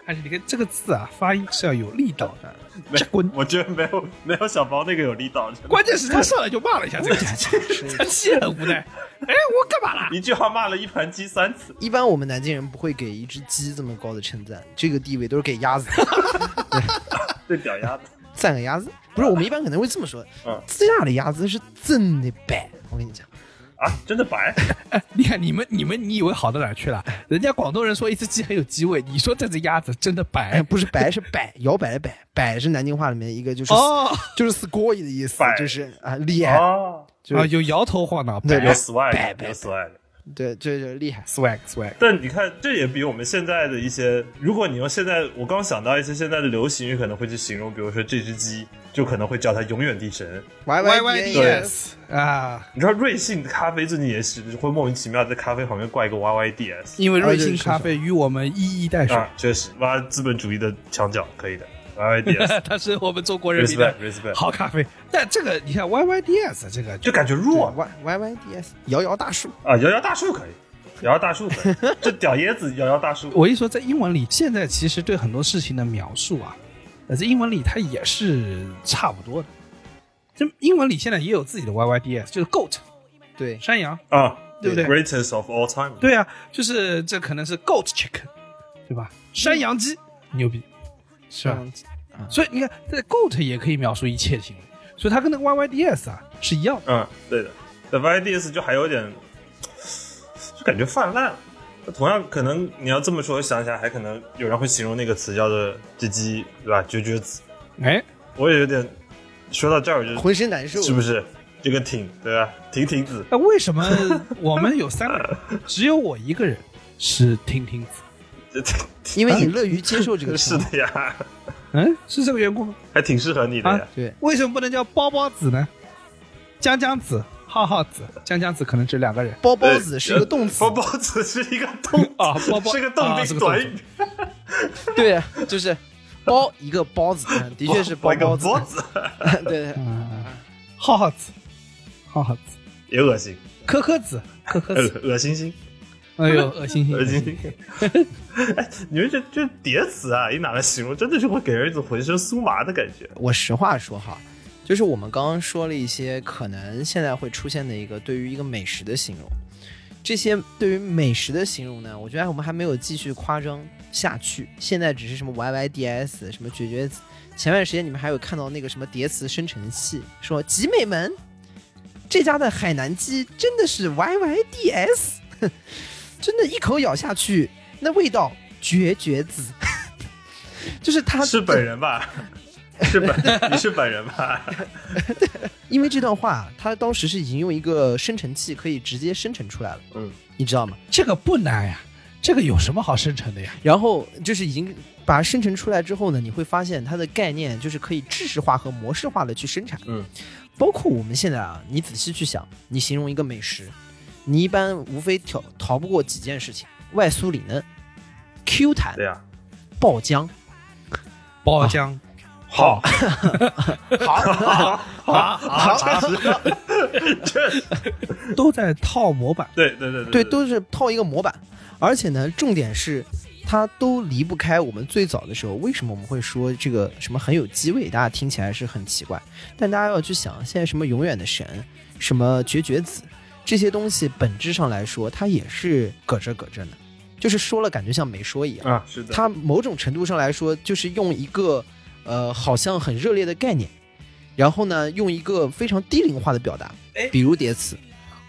Speaker 3: 而且你看这个字啊，发音是要有力道的。
Speaker 5: 没，我觉得没有没有小包那个有力道，真的
Speaker 3: 关键是他上来就骂了一下这 *laughs* 个鸡，这鸡很无 *laughs* 奈。哎，我干嘛啦？
Speaker 5: 一句话骂了一盘鸡三次。
Speaker 4: 一般我们南京人不会给一只鸡这么高的称赞，这个地位都是给鸭子的， *laughs*
Speaker 5: 对屌鸭子，
Speaker 4: 赞个鸭子。不是，我们一般可能会这么说
Speaker 5: 嗯，
Speaker 4: 自家的鸭子是真的白。我跟你讲，
Speaker 5: 啊，真
Speaker 3: *laughs*
Speaker 5: 的白，
Speaker 3: 哎，你看你们，你们，你以为好到哪儿去了？人家广东人说一只鸡很有鸡味，你说这只鸭子真的
Speaker 4: 哎，
Speaker 3: 白
Speaker 4: 不是白是摆，摇摆的摆，摆是南京话里面一个就是
Speaker 3: 哦
Speaker 4: 就是 score 的意思
Speaker 5: 摆，
Speaker 4: 就是啊厉害，
Speaker 5: 哦，
Speaker 4: 就
Speaker 3: 啊，
Speaker 4: 是
Speaker 3: 有摇头晃脑，
Speaker 4: 对
Speaker 5: 有
Speaker 3: 白
Speaker 5: swag，
Speaker 4: 白白
Speaker 5: 有 swag。
Speaker 4: 对，这就是厉害。
Speaker 3: swag swag，
Speaker 5: 但你看，这也比我们现在的一些，如果你用现在，我刚想到一些现在的流行语，可能会去形容，比如说这只鸡，就可能会叫它“永远地神”。
Speaker 4: Y
Speaker 3: Y YDS 啊，
Speaker 5: 你知道瑞幸咖啡最近也是，就是会莫名其妙在咖啡旁边挂一个
Speaker 3: *laughs*
Speaker 5: YYDS
Speaker 3: 因为瑞
Speaker 4: 啊
Speaker 3: 幸
Speaker 4: 对是
Speaker 3: 咖啡与我们一一 *laughs* 带水，
Speaker 5: 啊，确实挖资本主义的墙角，
Speaker 3: *laughs*
Speaker 5: 可以的，YYDS
Speaker 3: 它是我们中国人民的
Speaker 5: respect respect，
Speaker 3: 好咖啡。但这个你看 YYDS 这个
Speaker 5: 就感觉弱
Speaker 4: Y Y Y D S 摇摇大树，
Speaker 5: 啊，摇摇大树可以，摇摇大
Speaker 3: *laughs*
Speaker 5: 树可以，这屌椰子摇摇大树，
Speaker 3: 我一说在英文里，现在其实对很多事情的描述啊，呃，在英文里它也是差不多的。就英文里现在也有自己的 YYDS，就是 goat
Speaker 4: 对，
Speaker 3: 山羊，
Speaker 5: 啊，
Speaker 3: 对不对
Speaker 5: g r e a t e s t of all time，
Speaker 3: 对啊，就是这可能是 goat chicken，对吧？山羊鸡牛逼，是
Speaker 5: 啊
Speaker 3: 吧？所以你看，这 goat 也可以描述一切行为，所以它跟那个 YYDS 啊是一样的。
Speaker 5: 嗯，对的。The YDS 就还有点，就感觉泛滥。同样，可能你要这么说，想起来还可能有人会形容那个词叫做“唧唧”，对吧？“撅撅子
Speaker 3: 哎，”，
Speaker 5: 我也有点说到这儿，我就
Speaker 4: 浑身难受，
Speaker 5: 是不是这个挺，对吧？挺挺子，
Speaker 3: 那为什么我们有三个人，只有我一个人是听听子？
Speaker 5: 这
Speaker 4: 因为你乐于接受这个
Speaker 5: 嗯 *laughs* 是
Speaker 4: 词。
Speaker 5: 的呀，
Speaker 3: 嗯，是这个缘故吗？
Speaker 5: 还挺适合你的呀
Speaker 3: 啊。
Speaker 4: 对，
Speaker 3: 为什么不能叫包包子呢？江江子、浩浩子、江江子可能只两个人
Speaker 4: 包包子是一个动词
Speaker 5: 包，包子是一个动
Speaker 3: 啊包包
Speaker 5: 是个
Speaker 3: 啊
Speaker 5: 动
Speaker 3: 是
Speaker 5: 宾
Speaker 3: 个动
Speaker 5: 短语，
Speaker 4: 对，就是包一个包子，嗯的确是包
Speaker 5: 包
Speaker 4: 包
Speaker 5: 个
Speaker 4: 子，
Speaker 5: 哦包子
Speaker 4: 对
Speaker 5: *laughs*
Speaker 4: 对，对
Speaker 3: 啊，浩浩子、浩浩子、
Speaker 5: 也
Speaker 4: *laughs*
Speaker 5: 恶心，
Speaker 3: 科科子、科科
Speaker 5: 恶 *laughs*
Speaker 3: 子，
Speaker 5: 恶心心，
Speaker 3: 哎呦，恶心心
Speaker 5: 恶
Speaker 3: 恶
Speaker 5: 心
Speaker 3: 心
Speaker 5: 心
Speaker 3: 心。。
Speaker 5: *laughs* 哎，你们这这叠词啊，一拿来形容，真的是会给人一种浑身酥麻的感觉。
Speaker 4: 我实话说哈，就是我们刚刚说了一些可能现在会出现的一个对于一个美食的形容，这些对于美食的形容呢，我觉得我们还没有继续夸张下去。现在只是什么 YYDS 什么绝绝子，前段时间你们还有看到那个什么叠词生成器，说集美门这家的海南鸡真的是 YYDS，哼 *laughs* 真的一口咬下去那味道绝绝子。 *laughs* 就是它
Speaker 5: 是本人 *laughs* 吧？是本，你是本人吧？
Speaker 4: 因为这段话，他当时是已经用一个生成器可以直接生成出来了，
Speaker 5: 嗯，
Speaker 4: 你知道吗？
Speaker 3: 这个不难呀，这个有什么好生成的呀？
Speaker 4: 然后就是已经把它生成出来之后呢，你会发现它的概念就是可以知识化和模式化的去生产，
Speaker 5: 嗯，
Speaker 4: 包括我们现在啊，你仔细去想，你形容一个美食，你一般无非挑逃不过几件事情：外酥里嫩、Q 弹、
Speaker 5: 对呀、
Speaker 4: 爆浆。
Speaker 3: 包浆， *laughs*
Speaker 5: 好，
Speaker 4: 好，好，
Speaker 3: *laughs*
Speaker 5: 这
Speaker 3: 都在套模板。
Speaker 5: 对对对
Speaker 4: 对，都是套一个模板。而且呢，重点是它都离不开我们最早的时候。为什么我们会说这个什么很有机味？大家听起来是很奇怪，但大家要去想，现在什么永远的神，什么绝绝子，这些东西本质上来说，它也是咯吱咯吱的，就是说了感觉像没说一样。
Speaker 5: 啊，是的，
Speaker 4: 它某种程度上来说，就是用一个呃好像很热烈的概念，然后呢，用一个非常低龄化的表达
Speaker 3: 哎，
Speaker 4: 比如叠词。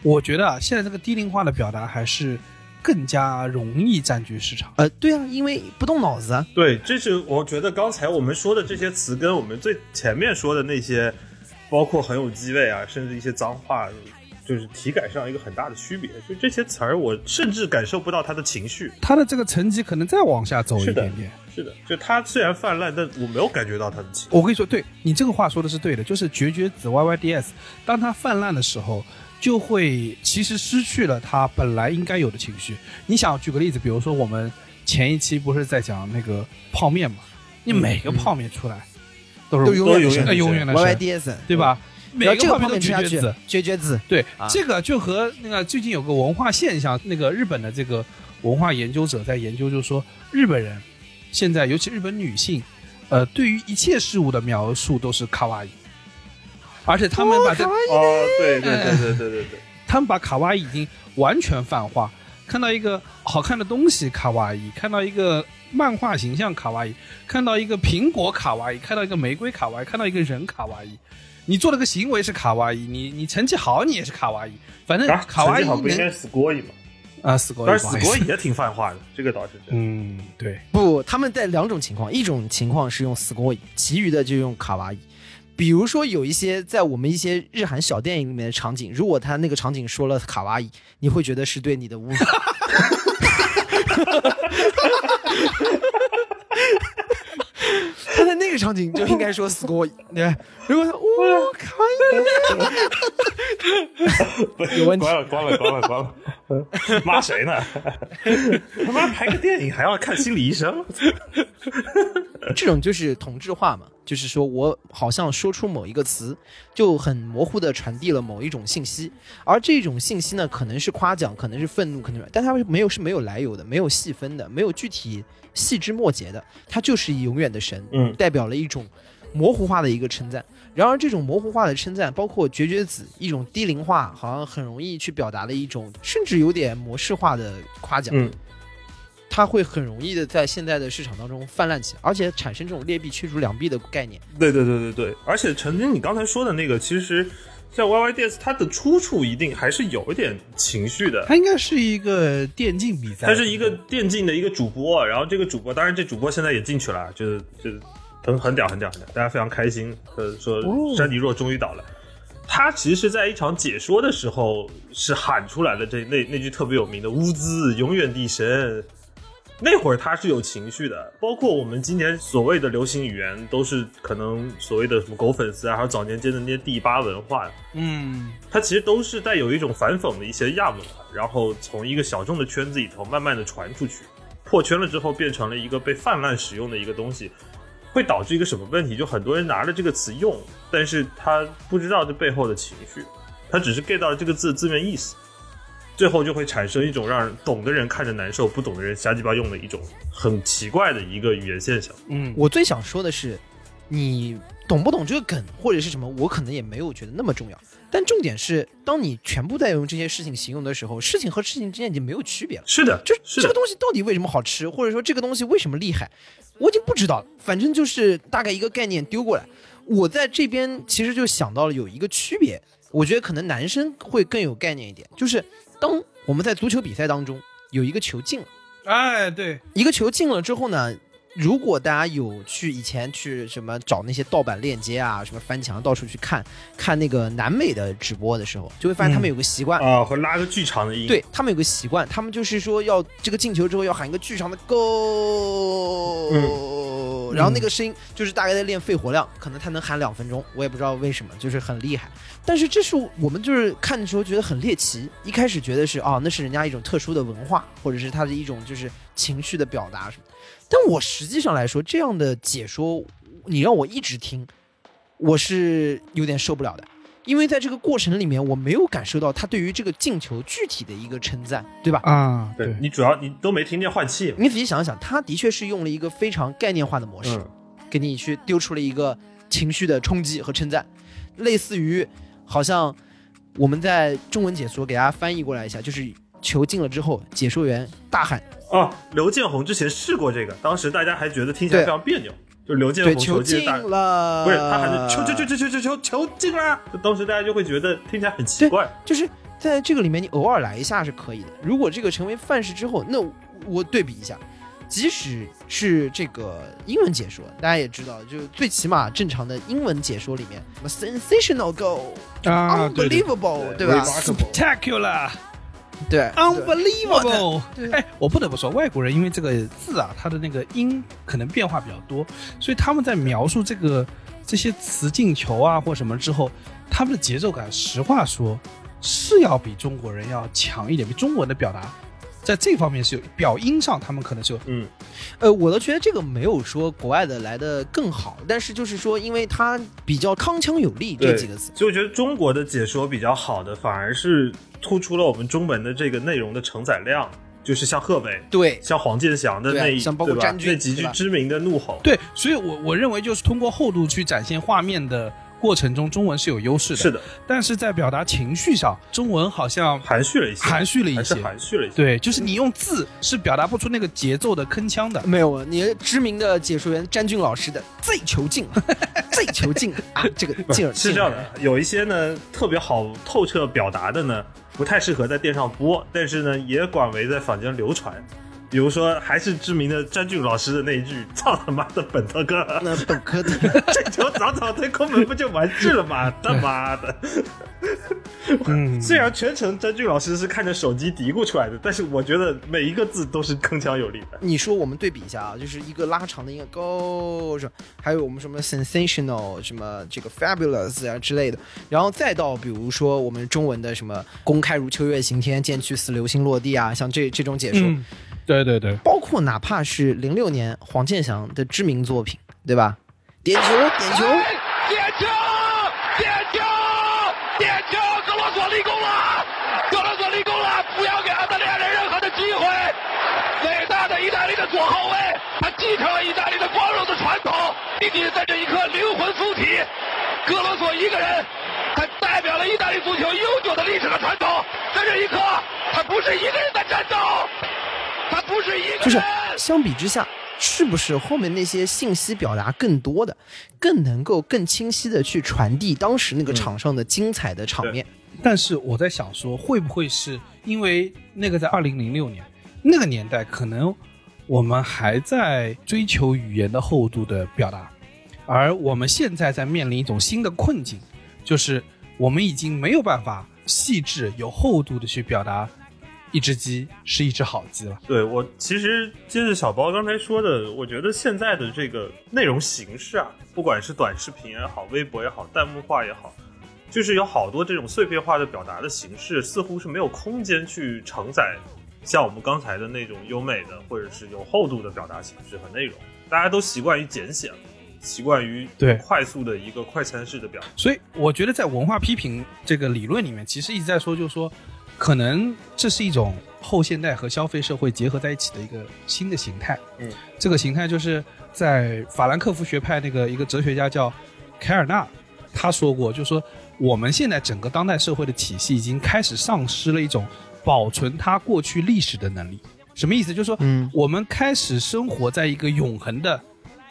Speaker 3: 我觉得啊，现在这个低龄化的表达还是更加容易占据市场。
Speaker 4: 呃，对啊，因为不动脑子啊。
Speaker 5: 对，这是我觉得刚才我们说的这些词，跟我们最前面说的那些，包括很有机味啊，甚至一些脏话，就是体感上一个很大的区别。就这些词儿，我甚至感受不到他的情绪。
Speaker 3: 它的这个层级可能再往下走一
Speaker 5: 是的
Speaker 3: 点点。
Speaker 5: 是的，就他虽然泛滥，但我没有感觉到他的情绪。
Speaker 3: 我跟你说，对你这个话说的是对的，就是绝绝子 YYDS，当它泛滥的时候，就会其实失去了它本来应该有的情绪。你想举个例子，比如说我们前一期不是在讲那个泡面嘛？你每个泡面出来、嗯都是
Speaker 4: 都永远的
Speaker 5: 都永远
Speaker 4: 神
Speaker 5: 的
Speaker 3: 哎永远的
Speaker 4: Y Y
Speaker 3: 神，
Speaker 4: D S，嗯
Speaker 3: 对？吧？每
Speaker 4: 然后这
Speaker 3: 个泡
Speaker 4: 个泡
Speaker 3: 面都
Speaker 4: 面吃
Speaker 3: 绝
Speaker 4: 下
Speaker 3: 绝
Speaker 4: 去
Speaker 3: 子，，
Speaker 4: 绝绝子，
Speaker 3: 对，
Speaker 4: 啊
Speaker 3: 这个就和那个最近有个文化现象，那个日本的这个文化研究者在研究，就是说日本人现在，尤其日本女性，呃，对于一切事物的描述都是卡哇伊，而且他们把这、
Speaker 5: 哦，对对对对对对对，
Speaker 3: 他们把卡哇伊已经完全泛化，看到一个好看的东西卡哇伊，看到一个呃漫画形象卡哇伊，看到一个苹果卡哇伊，看到一个玫瑰卡哇伊，看到一个人卡哇伊。你做了个行为是卡哇伊，你你成绩好你也是卡哇伊，反正
Speaker 5: 啊，
Speaker 3: 卡哇伊
Speaker 5: 成绩好不
Speaker 3: 能
Speaker 5: 应该是 score 吗？
Speaker 3: 啊，死狗
Speaker 5: 但
Speaker 3: 也
Speaker 5: 是
Speaker 3: 不好
Speaker 5: score
Speaker 3: 意思
Speaker 5: 也挺泛化的，这个倒是真的。
Speaker 3: 嗯，对，
Speaker 4: 不，他们在两种情况，一种情况是用 score，其余的就用卡哇伊。比如说有一些在我们一些日韩小电影里面的场景，如果他那个场景说了卡哇伊，你会觉得是对你的侮
Speaker 3: *laughs*
Speaker 4: 辱。他在那个场景就应该说 score，对吧？如果他哇卡
Speaker 3: *laughs*
Speaker 4: 哇伊，有问题
Speaker 5: 关。了，关了，关了，关了！ *laughs* 骂谁呢？他妈拍个电影还要看心理医生？ *laughs*
Speaker 4: 这种就是同质化嘛，就是说我好像说出某一个词，就很模糊的传递了某一种信息，而这种信息呢，可能是夸奖，可能是愤怒，可能是，但它没有是没有来由的，没有细分的，没有具体细枝末节的，它就是以永远的神，
Speaker 5: 嗯
Speaker 4: 代表了一种模糊化的一个称赞。然而，这种模糊化的称赞，包括绝绝子一种低龄化，好像很容易去表达的一种，甚至有点模式化的夸奖。
Speaker 5: 嗯，
Speaker 4: 它会很容易的在现在的市场当中泛滥起来，而且产生这种劣币驱逐良币的概念。
Speaker 5: 对对对对对，而且陈军，你刚才说的那个，其实像 Y Y D S，它的出处一定还是有一点情绪的。
Speaker 3: 它应该是一个电竞比赛，
Speaker 5: 它是一个电竞的一个主播，然后这个主播，当然这主播现在也进去了，就是就是很很屌很屌很屌，大家非常开心。呃，说山迪若终于倒了，他其实在一场解说的时候是喊出来的这那那句特别有名的“乌兹永远的神”，那会儿他是有情绪的。包括我们今年所谓的流行语言，都是可能所谓的什么狗粉丝啊，还有早年间的那些第八文化，
Speaker 3: 嗯，
Speaker 5: 它其实都是带有一种反讽的一些亚文化，然后从一个小众的圈子里头慢慢的传出去，破圈了之后变成了一个被泛滥使用的一个东西，会导致一个什么问题？就很多人拿着这个词用，但是他不知道这背后的情绪，他只是 get 到了这个字的字面意思，最后就会产生一种让懂的人看着难受，不懂的人瞎鸡巴用的一种很奇怪的一个语言现象。
Speaker 4: 我最想说的是，你懂不懂这个梗或者是什么，我可能也没有觉得那么重要。但重点是，当你全部在用这些事情形容的时候，事情和事情之间已经没有区别了。
Speaker 5: 是的，
Speaker 4: 这
Speaker 5: 是
Speaker 4: 这
Speaker 5: 的
Speaker 4: 个，东西到底为什么好吃，或者说这个东西为什么厉害，我已经不知道了。反正就是大概一个概念丢过来，我在这边其实就想到了有一个区别，我觉得可能男生会更有概念一点，就是当我们在足球比赛当中有一个球进了。
Speaker 3: 哎，对，
Speaker 4: 一个球进了之后呢，如果大家有去以前去什么找那些盗版链接啊，什么翻墙到处去看看那个南美的直播的时候，就会发现他们有个习惯。
Speaker 5: 啊、会拉个巨长的音，
Speaker 4: 对他们有个习惯，他们就是说要这个进球之后要喊一个巨长的 “go”，、然后那个声音就是大概在练肺活量，可能他能喊两分钟，我也不知道为什么，就是很厉害。但是这是我们就是看的时候觉得很猎奇，一开始觉得是哦，那是人家一种特殊的文化，或者是他的一种就是情绪的表达什么。但我实际上来说，这样的解说你让我一直听，我是有点受不了的。因为在这个过程里面，我没有感受到他对于这个进球具体的一个称赞，对吧？
Speaker 3: 啊，
Speaker 5: 嗯对你主要你都没听见换气嘛，
Speaker 4: 你仔细想想，他的确是用了一个非常概念化的模式，
Speaker 5: 嗯
Speaker 4: 给你去丢出了一个情绪的冲击和称赞，类似于好像我们在中文解说给大家翻译过来一下，就是球进了之后，解说员大喊
Speaker 5: 哦，刘建宏之前试过这个，当时大家还觉得听起来
Speaker 4: 对
Speaker 5: 非常别扭，就刘建
Speaker 4: 对
Speaker 5: 宏
Speaker 4: 球呃
Speaker 5: 进
Speaker 4: 进
Speaker 5: 的大，
Speaker 4: 了，
Speaker 5: 不是他还是球球球球球球球进啦，就当时大家就会觉得听起来很奇
Speaker 4: 对
Speaker 5: 怪。
Speaker 4: 就是在这个里面，你偶尔来一下是可以的。如果这个成为范式之后，那我我对比一下，即使是这个英文解说，大家也知道，就最起码正常的英文解说里面，什么 sensational goal、
Speaker 3: 啊，对对
Speaker 4: unbelievable，对吧？
Speaker 3: ，spectacular。
Speaker 4: 对
Speaker 3: Unbelievable！
Speaker 4: 对
Speaker 3: 哎，我不得不说，外国人因为这个字啊，它的那个音可能变化比较多，所以他们在描述这个这些词进球啊或什么之后，他们的节奏感，实话说是要比中国人要强一点，比中文的表达在这方面是有表音上，他们可能是有
Speaker 5: 嗯，
Speaker 4: 呃，我都觉得这个没有说国外的来的更好，但是就是说，因为它比较铿锵有力这
Speaker 5: 对
Speaker 4: 几个词，
Speaker 5: 所以我觉得中国的解说比较好的，反而是突出了我们中文的这个内容的承载量，就是像贺炜、
Speaker 4: 对
Speaker 5: 像黄健翔的
Speaker 4: 对啊
Speaker 5: 那一
Speaker 4: 像包括
Speaker 5: 对吧
Speaker 4: 詹俊
Speaker 5: 那几
Speaker 4: 对
Speaker 5: 句
Speaker 4: 吧
Speaker 5: 知名的怒吼，
Speaker 3: 对，所以我我认为就是通过厚度去展现画面的过程中，中文是有优势的，
Speaker 5: 是的，
Speaker 3: 但是在表达情绪上，中文好像
Speaker 5: 含蓄了一些，
Speaker 3: 含蓄了一
Speaker 5: 还是
Speaker 3: 些，
Speaker 5: 含蓄了一些。
Speaker 3: 对，就是你用字是表达不出那个节奏的铿锵的。
Speaker 4: 没有啊，你知名的解说员詹俊老师的“最球进
Speaker 5: *laughs*
Speaker 4: 了，最球进了”啊，这个劲儿
Speaker 5: 是这样，的，有一些呢特别好透彻表达的呢，不太适合在电上播，但是呢也广为在坊间流传。比如说，还是知名的詹俊老师的那一句“操他妈的本特哥
Speaker 4: 劲儿那呃本科 *laughs* 的。”，
Speaker 5: 这球早早推空门不就完事了吗？他妈的！
Speaker 3: 嗯
Speaker 5: 虽然全程詹俊老师是看着手机嘀咕出来的，但是我觉得每一个字都是铿锵有力的。
Speaker 4: 你说我们对比一下啊，就是一个拉长的一个 go 什么，还有我们什么 sensational 什么这个 fabulous 啊之类的，然后再到比如说我们中文的什么公开如秋月行天，渐去似流星落地啊，像这这种解说，
Speaker 3: 嗯，对对对，
Speaker 4: 包括哪怕是零六年黄健翔的知名作品，对吧？点球，点
Speaker 8: 点
Speaker 4: 球，
Speaker 8: 球！点球！点球！格罗索立功了！格罗索立功了！不要给澳大利亚人任何的机会！伟大的意大利的左后卫，他继承了意大利的光荣的传统，并且在这一刻灵魂附体。格罗索一个人，他代表了意大利足球悠久的历史和传统。在这一刻，他不是一个人在战斗，他不是一个人。
Speaker 4: 就是相比之下，是不是后面那些信息表达更多的，更能够更清晰的去传递当时那个场上的精彩的场面？
Speaker 3: 但是我在想说，会不会是因为那个在二零零六年那个年代，可能我们还在追求语言的厚度的表达，而我们现在在面临一种新的困境，就是我们已经没有办法细致有厚度的去表达一只鸡是一只好鸡了。
Speaker 5: 对我其实接着小包刚才说的，我觉得现在的这个内容形式啊，不管是短视频也好，微博也好，弹幕化也好，就是有好多这种碎片化的表达的形式，似乎是没有空间去承载像我们刚才的那种优美的或者是有厚度的表达形式和内容。大家都习惯于简写了，习惯于
Speaker 3: 对
Speaker 5: 快速的一个快餐式的表达。
Speaker 3: 所以我觉得在文化批评这个理论里面，其实一直在说，就是说，可能这是一种后现代和消费社会结合在一起的一个新的形态。
Speaker 5: 嗯，
Speaker 3: 这个形态就是在法兰克福学派那个一个哲学家叫凯尔纳，他说过，就是说我们现在整个当代社会的体系已经开始丧失了一种保存它过去历史的能力。什么意思？就是说，
Speaker 4: 嗯
Speaker 3: 我们开始生活在一个永恒的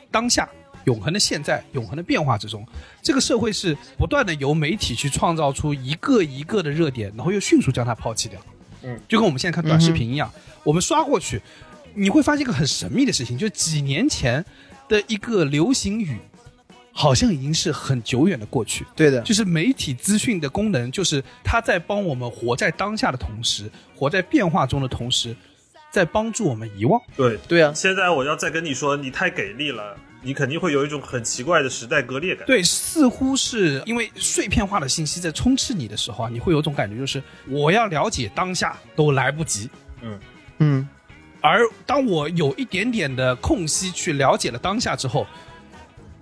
Speaker 3: 当下、永恒的现在、永恒的变化之中。这个社会是不断的由媒体去创造出一个一个的热点，然后又迅速将它抛弃掉。
Speaker 5: 嗯，
Speaker 3: 就跟我们现在看短视频一样，我们刷过去，你会发现一个很神秘的事情，就几年前的一个流行语，好像已经是很久远的过去。
Speaker 4: 对的，
Speaker 3: 就是媒体资讯的功能，就是它在帮我们活在当下的同时，活在变化中的同时，在帮助我们遗忘。
Speaker 5: 对，
Speaker 4: 对啊，
Speaker 5: 现在我要再跟你说，你太给力了，你肯定会有一种很奇怪的时代割裂感。
Speaker 3: 对，似乎是因为碎片化的信息在充斥你的时候啊，你会有种感觉，就是我要了解当下都来不及。
Speaker 4: 嗯，
Speaker 3: 而当我有一点点的空隙去了解了当下之后，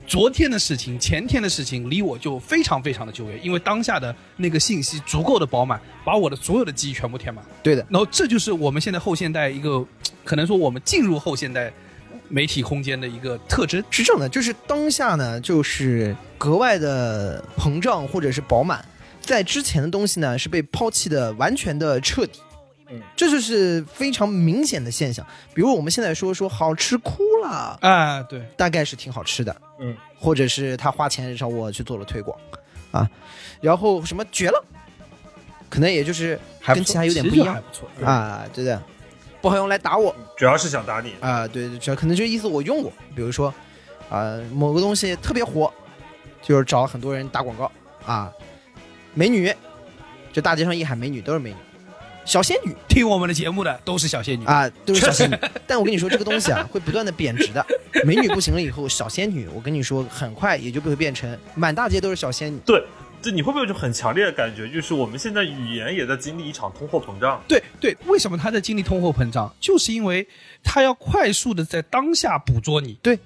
Speaker 3: 昨天的事情、前天的事情离我就非常非常的久远，因为当下的那个信息足够的饱满，把我的所有的记忆全部填满。
Speaker 4: 对的，
Speaker 3: 然后这就是我们现在后现代一个，可能说我们进入后现代媒体空间的一个特征。
Speaker 4: 是这样的，就是当下呢，就是格外的膨胀或者是饱满，在之前的东西呢是被抛弃的完全的彻底。
Speaker 5: 嗯，
Speaker 4: 这就是非常明显的现象。比如我们现在说说好吃哭了，
Speaker 3: 啊，对，
Speaker 4: 大概是挺好吃的，
Speaker 5: 嗯，
Speaker 4: 或者是他花钱让我去做了推广，啊，然后什么绝了，可能也就是
Speaker 3: 还不
Speaker 4: 跟
Speaker 3: 错
Speaker 4: 其他有点
Speaker 3: 其
Speaker 4: 不
Speaker 3: 实
Speaker 4: 一
Speaker 3: 就还
Speaker 4: 样
Speaker 3: 不错。
Speaker 4: 啊，对的，不好用来打我，
Speaker 5: 主要是想打你。
Speaker 4: 啊、对，对这可能就是意思我用过，比如说，啊，某个东西特别火，就是找很多人打广告啊，美女，这大街上一喊美女都是美女，小仙女
Speaker 3: 听我们的节目的都是小仙女，
Speaker 4: 啊，都是小仙女。但我跟你说，这个东西啊会不断的贬值的，美女不行了以后，小仙女，我跟你说，很快也就会变成满大街都是小仙女。
Speaker 5: 对，就你会不会有一种很强烈的感觉，就是我们现在语言也在经历一场通货膨胀？
Speaker 3: 对对，为什么他在经历通货膨胀？就是因为他要快速的在当下捕捉你，
Speaker 5: 对，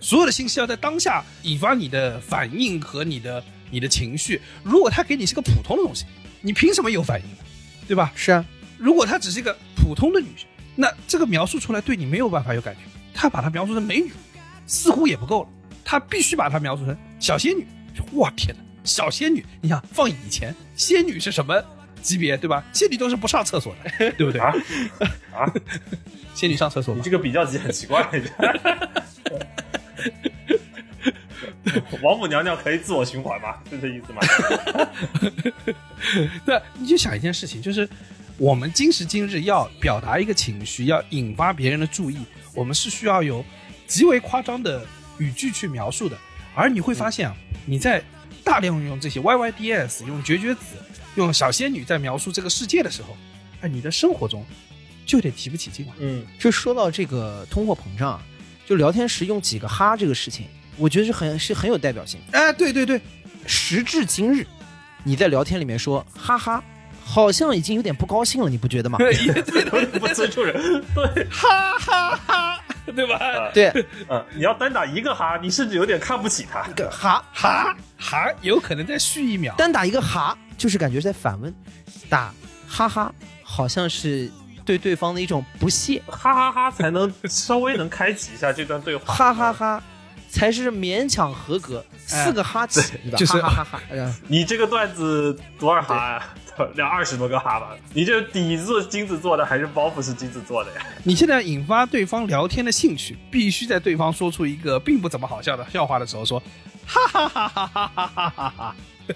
Speaker 3: 所有的信息要在当下引发你的反应和你的你的情绪。如果他给你是个普通的东西，你凭什么有反应呢？对吧？
Speaker 4: 是啊，
Speaker 3: 如果她只是一个普通的女生，那这个描述出来对你没有办法有感觉。她把她描述成美女，似乎也不够了，她必须把她描述成小仙女。哇天哪，小仙女！你想放以前，仙女是什么级别，对吧？仙女都是不上厕所的，对不对？
Speaker 5: 啊啊，
Speaker 3: 仙女上厕所
Speaker 5: 你
Speaker 3: 吗
Speaker 5: 这？个比较级很奇怪。 *laughs* 王母娘娘可以自我循环吗？是这意思吗？
Speaker 3: *laughs* 对，你就想一件事情，就是我们今时今日要表达一个情绪，要引发别人的注意，我们是需要有极为夸张的语句去描述的。而你会发现啊，你在大量用这些 YYDS、用绝绝子、用小仙女在描述这个世界的时候，哎，你的生活中就有点提不起劲了。
Speaker 5: *laughs* 嗯，
Speaker 4: 就说到这个通货膨胀啊，就聊天时用几个哈这个事情，我觉得是很是很有代表性的。
Speaker 3: 哎，对对对，
Speaker 4: 时至今日，你在聊天里面说哈哈，好像已经有点不高兴了，你不觉得吗？
Speaker 3: 也对的，
Speaker 5: 不尊重人。对，
Speaker 3: 哈哈哈，对吧？
Speaker 4: 对，
Speaker 5: 嗯，你要单打一个哈，你甚至有点看不起他。
Speaker 4: 个哈
Speaker 3: 哈哈，有可能再续一秒。
Speaker 4: 单打一个哈，就是感觉在反问，打哈哈，好像是对对方的一种不屑，
Speaker 5: 哈哈哈才能稍微能开启一下这段对话。
Speaker 4: 哈哈哈，才是勉强合格，四个哈起，对哎吧？
Speaker 3: 就是
Speaker 4: 哈哈哈哈，然后
Speaker 5: 你这个段子多少哈啊？两二十多个哈吧？你这底子是金子做的还是包袱是金子做的呀？
Speaker 3: 你现在引发对方聊天的兴趣，必须在对方说出一个并不怎么好笑的笑话的时候说，哈哈哈哈哈哈哈哈哈， *laughs*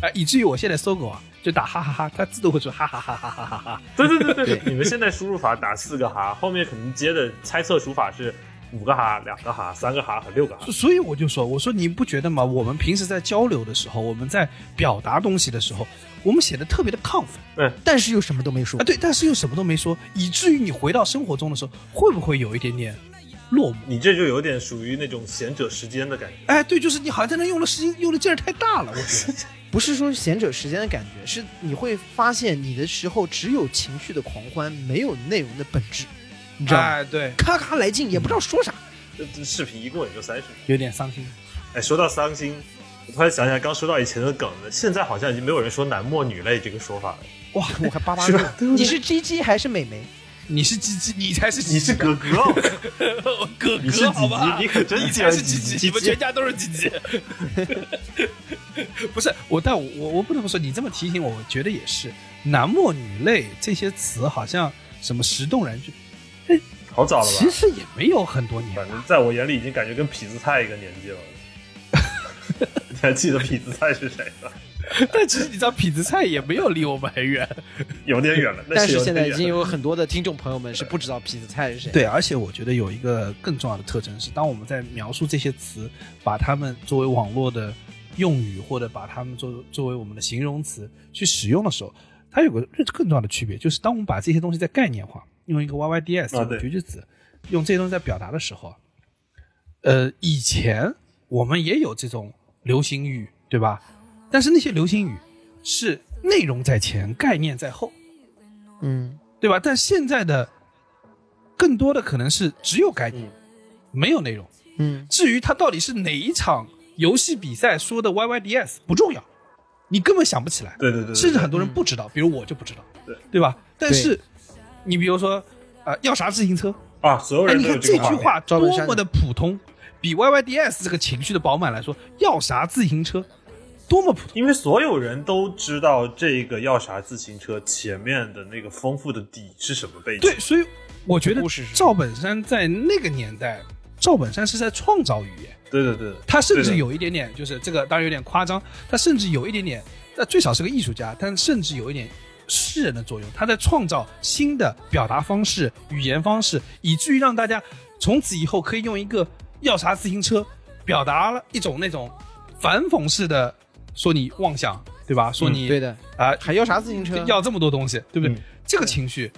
Speaker 3: 哎，以至于我现在搜狗啊，就打哈哈哈，它自动会说哈哈哈哈哈哈哈。
Speaker 5: 对对对对，你们现在输入法打四个哈，后面可能接的猜测输法是五个哈、两个哈、三个哈和六个哈。
Speaker 3: 所以我就说，我说你不觉得吗？我们平时在交流的时候，我们在表达东西的时候，我们显得特别的亢奋
Speaker 4: 但是又什么都没说
Speaker 3: 啊，，对，但是又什么都没说，以至于你回到生活中的时候，会不会有一点点落寞？
Speaker 5: 你这就有点属于那种闲者时间的感觉。
Speaker 3: 哎，对，就是你好像在那用的时间用的劲儿太大了，我觉得。
Speaker 4: 不是说闲者时间的感觉，是你会发现你的时候只有情绪的狂欢，没有内容的本质，你知道吗？
Speaker 3: *laughs* 哎，对，
Speaker 4: 咔咔来劲，也不知道说啥。
Speaker 5: 这这视频一共也就三十秒。
Speaker 3: 有点伤心。
Speaker 5: 哎，说到伤心，我突然想起来刚说到以前的梗了，现在好像已经没有人说男默女泪这个说法了。
Speaker 4: 哇，我还巴巴
Speaker 5: 是吧
Speaker 4: 乐。你是 G G 还是美眉？
Speaker 3: 你是鸡鸡，你才是鸡
Speaker 5: 你是哥哥哦，
Speaker 3: 我哥
Speaker 5: 你是
Speaker 3: 哥，
Speaker 5: 几
Speaker 3: 好
Speaker 5: 级
Speaker 3: 吧？？
Speaker 5: 你可真
Speaker 3: 你
Speaker 5: 喜
Speaker 3: 才
Speaker 5: 欢
Speaker 3: 是
Speaker 5: 几
Speaker 3: 鸡
Speaker 5: 级？
Speaker 3: 鸡，你们全家都是鸡鸡。 *laughs* 不是我，但我我我不得不说，你这么提醒我，我觉得也是。男默女泪这些词，好像什么石动然句，
Speaker 5: 好早了
Speaker 3: 其
Speaker 5: 吧？
Speaker 3: 实也没有很多年
Speaker 5: 反。正在我眼里已经感觉跟痞子蔡一个年纪了。你还记得痞子蔡是谁吗？
Speaker 3: *laughs* 但其实你知道，痞子蔡也没有离我们很远。
Speaker 5: 有点远了，
Speaker 4: 但
Speaker 5: 是
Speaker 4: 是
Speaker 5: 有
Speaker 4: 现
Speaker 5: 点
Speaker 4: 在
Speaker 5: 远
Speaker 4: 已经有很多的听众朋友们是不知道痞子蔡是谁。，
Speaker 3: 对，而且我觉得有一个更重要的特征是，当我们在描述这些词，把它们作为网络的用语，或者把它们作作为我们的形容词去使用的时候，它有个更重要的区别，就是当我们把这些东西在概念化，用一个 YYDS
Speaker 5: 啊
Speaker 3: 这个
Speaker 5: 对
Speaker 3: 绝句子，用这些东西在表达的时候啊，呃，以前我们也有这种流行语，对吧？但是那些流行语是内容在前，概念在后。
Speaker 4: 嗯，
Speaker 3: 对吧？但现在的更多的可能是只有概念，没有内容。
Speaker 4: 嗯，
Speaker 3: 至于它到底是哪一场游戏比赛说的 YYDS 不重要，你根本想不起来，
Speaker 5: 对对对对，
Speaker 3: 甚至很多人不知道，比如我就不知道，
Speaker 5: 对
Speaker 3: 对吧？但是你比如说，呃，要啥自行车？
Speaker 5: 啊，所有
Speaker 3: 哎，
Speaker 5: 人
Speaker 3: 你
Speaker 5: 都有
Speaker 3: 看这
Speaker 5: 个
Speaker 3: 句
Speaker 5: 面。
Speaker 3: 话
Speaker 4: 赵
Speaker 3: 多
Speaker 4: 本山
Speaker 3: 么的普通，比 YYDS 这个情绪的饱满来说，要啥自行车，多么普通。
Speaker 5: 因为所有人都知道这个要啥自行车前面的那个丰富的底是什么背景，
Speaker 3: 对，所以我觉得
Speaker 4: 故事是
Speaker 3: 赵本山在那个年代，赵本山是在创造语言。
Speaker 5: 对对对对，
Speaker 3: 他甚
Speaker 5: 对
Speaker 3: 至
Speaker 5: 的
Speaker 3: 有一点点，就是这个当然有点夸张，他甚至有一点点，那最少是个艺术家，但甚至有一点诗人的作用。他在创造新的表达方式、语言方式，以至于让大家从此以后可以用一个要啥自行车，表达了一种那种反讽式的说你妄想，对吧？说你
Speaker 4: 嗯对的，
Speaker 3: 啊、
Speaker 4: 还要啥自行车？
Speaker 3: 要这么多东西，对不对？
Speaker 5: 嗯
Speaker 3: 这个情绪，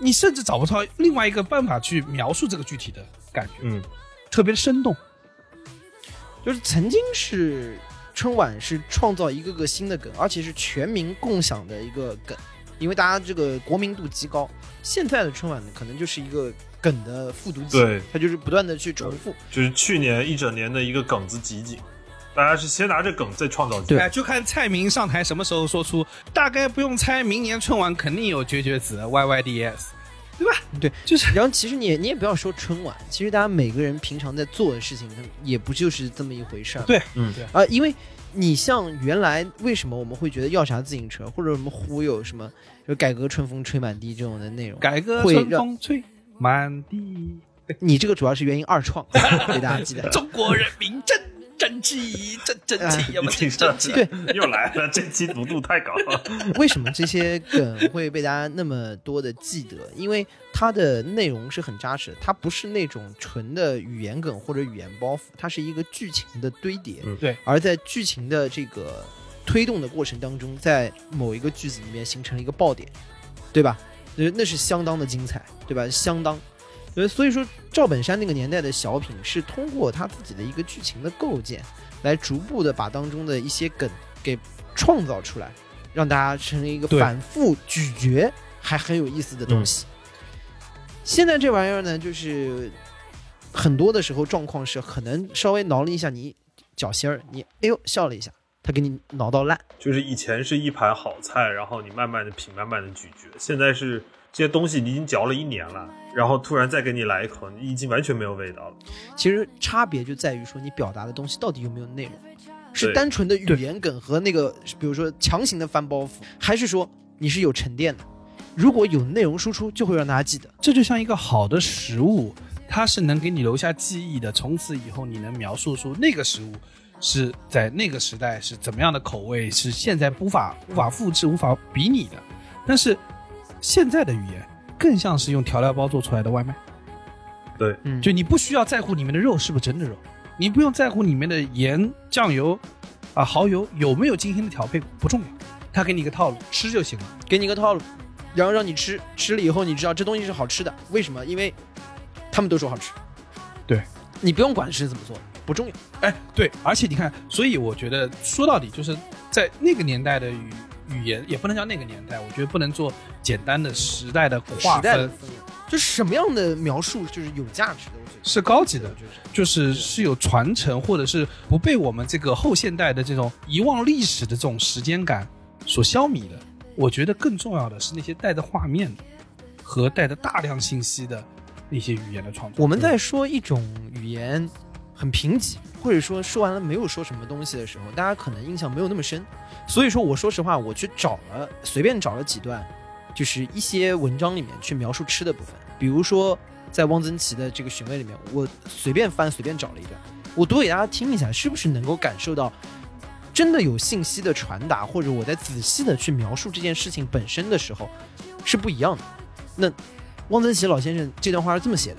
Speaker 3: 你甚至找不到另外一个办法去描述这个具体的感觉，
Speaker 5: 嗯，
Speaker 3: 特别生动。
Speaker 4: 就是曾经是春晚是创造一个个新的梗，而且是全民共享的一个梗，因为大家这个国民度极高。现在的春晚呢，可能就是一个梗的复读机，
Speaker 5: 对，
Speaker 4: 它就是不断的去重复。
Speaker 5: 就是去年一整年的一个梗子集锦，大家是先拿着梗再创造自己
Speaker 3: 哎，就看蔡明上台什么时候说出，大概不用猜，明年春晚肯定有绝绝子 YYDS，对吧？
Speaker 4: 对，
Speaker 3: 就是
Speaker 4: 然后其实你也你也不要说春晚，其实大家每个人平常在做的事情，它也不就是这么一回事儿嘛。
Speaker 3: 对
Speaker 5: 嗯
Speaker 3: 对
Speaker 4: 啊、因为你像原来为什么我们会觉得要啥自行车，或者什么忽悠什么，就改革春风吹满地这种的内容，
Speaker 3: 改革
Speaker 4: 会
Speaker 3: 春
Speaker 4: 让
Speaker 3: 风吹满地，
Speaker 4: 你这个主要是源于二创，给大家
Speaker 3: *laughs*
Speaker 4: 记得。
Speaker 3: 中国人民真争气，真争气，要么
Speaker 5: 挺
Speaker 3: 真
Speaker 5: 上
Speaker 3: 争
Speaker 5: *laughs* 去
Speaker 3: 气。
Speaker 4: 对，
Speaker 5: 又来了，这期毒度太高了。
Speaker 4: *laughs* 为什么这些梗会被大家那么多的记得？因为它的内容是很扎实的，它不是那种纯的语言梗或者语言包袱，它是一个剧情的堆叠。
Speaker 5: 嗯
Speaker 3: 对，
Speaker 4: 而在剧情的这个推动的过程当中，在某一个句子里面形成了一个爆点，对吧？呃，那是相当的精彩，对吧？相当。呃，所以说赵本山那个年代的小品是通过他自己的一个剧情的构建，来逐步的把当中的一些梗给创造出来，让大家成为一个
Speaker 3: 对
Speaker 4: 反复咀嚼还很有意思的东西。现在这玩意儿呢，就是很多的时候状况是可能稍微挠了一下你脚心儿，你哎呦笑了一下，他给你挠到烂。
Speaker 5: 就是以前是一盘好菜，然后你慢慢的品，慢慢的咀嚼，现在是这些东西你已经嚼了一年了，然后突然再给你来一口，你已经完全没有味道了。
Speaker 4: 其实差别就在于说你表达的东西到底有没有内容，是
Speaker 5: 对
Speaker 4: 单纯的语言梗和那个，比如说强行的翻包袱，还是说你是有沉淀的？如果有内容输出，就会让大家记得。
Speaker 3: 这就像一个好的食物，它是能给你留下记忆的。从此以后，你能描述出那个食物是在那个时代是怎么样的口味，是现在无法
Speaker 4: 嗯
Speaker 3: 无法复制、无法比拟的。但是现在的语言更像是用调料包做出来的外卖，
Speaker 5: 对，
Speaker 4: 嗯，
Speaker 3: 就你不需要在乎里面的肉是不是真的肉，你不用在乎里面的盐、酱油啊、蚝油有没有精心的调配，不重要。它给你一个套路，吃就行了。
Speaker 4: 给你一个套路，然后让你吃，吃了以后你知道这东西是好吃的，为什么？因为他们都说好吃。
Speaker 3: 对，
Speaker 4: 你不用管是怎么做的，不重要。
Speaker 3: 哎，对，而且你看，所以我觉得说到底就是在那个年代的语语言，也不能叫那个年代，我觉得不能做简单的时代的划
Speaker 4: 时代的
Speaker 3: 分，
Speaker 4: 氛围，就是什么样的描述就是有价值的，我觉得
Speaker 3: 是高级的
Speaker 4: 我，觉得
Speaker 3: 就是是有传承，或者是不被我们这个后现代的这种遗忘历史的这种时间感所消弭的。我觉得更重要的是那些带着画面的和带着大量信息的那些语言的创作。
Speaker 4: 我们在说一种语言很贫瘠，或者说说完了没有说什么东西的时候，大家可能印象没有那么深。所以说，我说实话，我去找了随便找了几段，就是一些文章里面去描述吃的部分，比如说在汪曾祺的这个《寻味》里面，我随便翻随便找了一段，我读给大家听一下，是不是能够感受到。真的有信息的传达，或者我在仔细的去描述这件事情本身的时候，是不一样的。那汪曾祺老先生这段话是这么写的：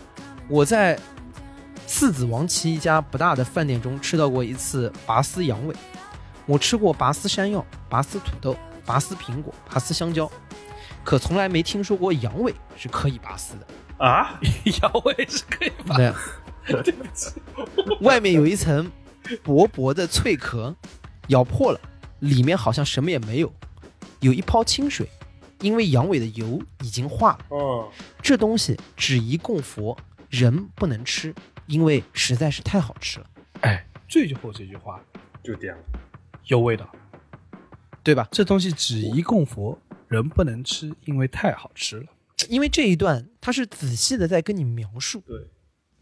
Speaker 4: 我在四子王旗一家不大的饭店中吃到过一次拔丝羊尾，我吃过拔丝山药、拔丝土豆、拔丝苹果、拔丝香蕉，可从来没听说过羊尾是可以拔丝的。 *laughs*
Speaker 5: 啊，
Speaker 3: 摇尾是可以把
Speaker 4: 对，外面有一层薄薄的脆壳，咬破了，里面好像什么也没有，有一泡清水，因为羊尾的油已经化了。
Speaker 5: 嗯，
Speaker 4: 这东西只宜供佛，人不能吃，因为实在是太好吃了，
Speaker 3: 最后这句话
Speaker 5: 就点了。
Speaker 3: 有味道。
Speaker 4: 对吧？
Speaker 3: 这东西只宜供佛，人不能吃，因为太好吃了。
Speaker 4: 因为这一段他是仔细的在跟你描述，
Speaker 5: 对，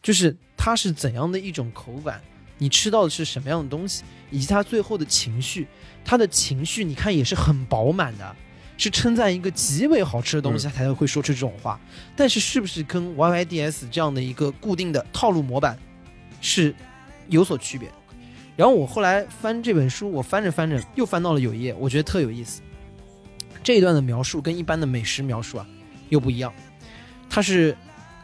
Speaker 4: 就是它是怎样的一种口感，你吃到的是什么样的东西，以及他最后的情绪，他的情绪你看也是很饱满的。是称赞一个极为好吃的东西，
Speaker 5: 嗯
Speaker 4: 他才会说出这种话。但是，是不是跟 YYDS 这样的一个固定的套路模板是有所区别的？然后我后来翻这本书，我翻着翻着又翻到了有一页，我觉得特有意思。这一段的描述跟一般的美食描述啊又不一样，它是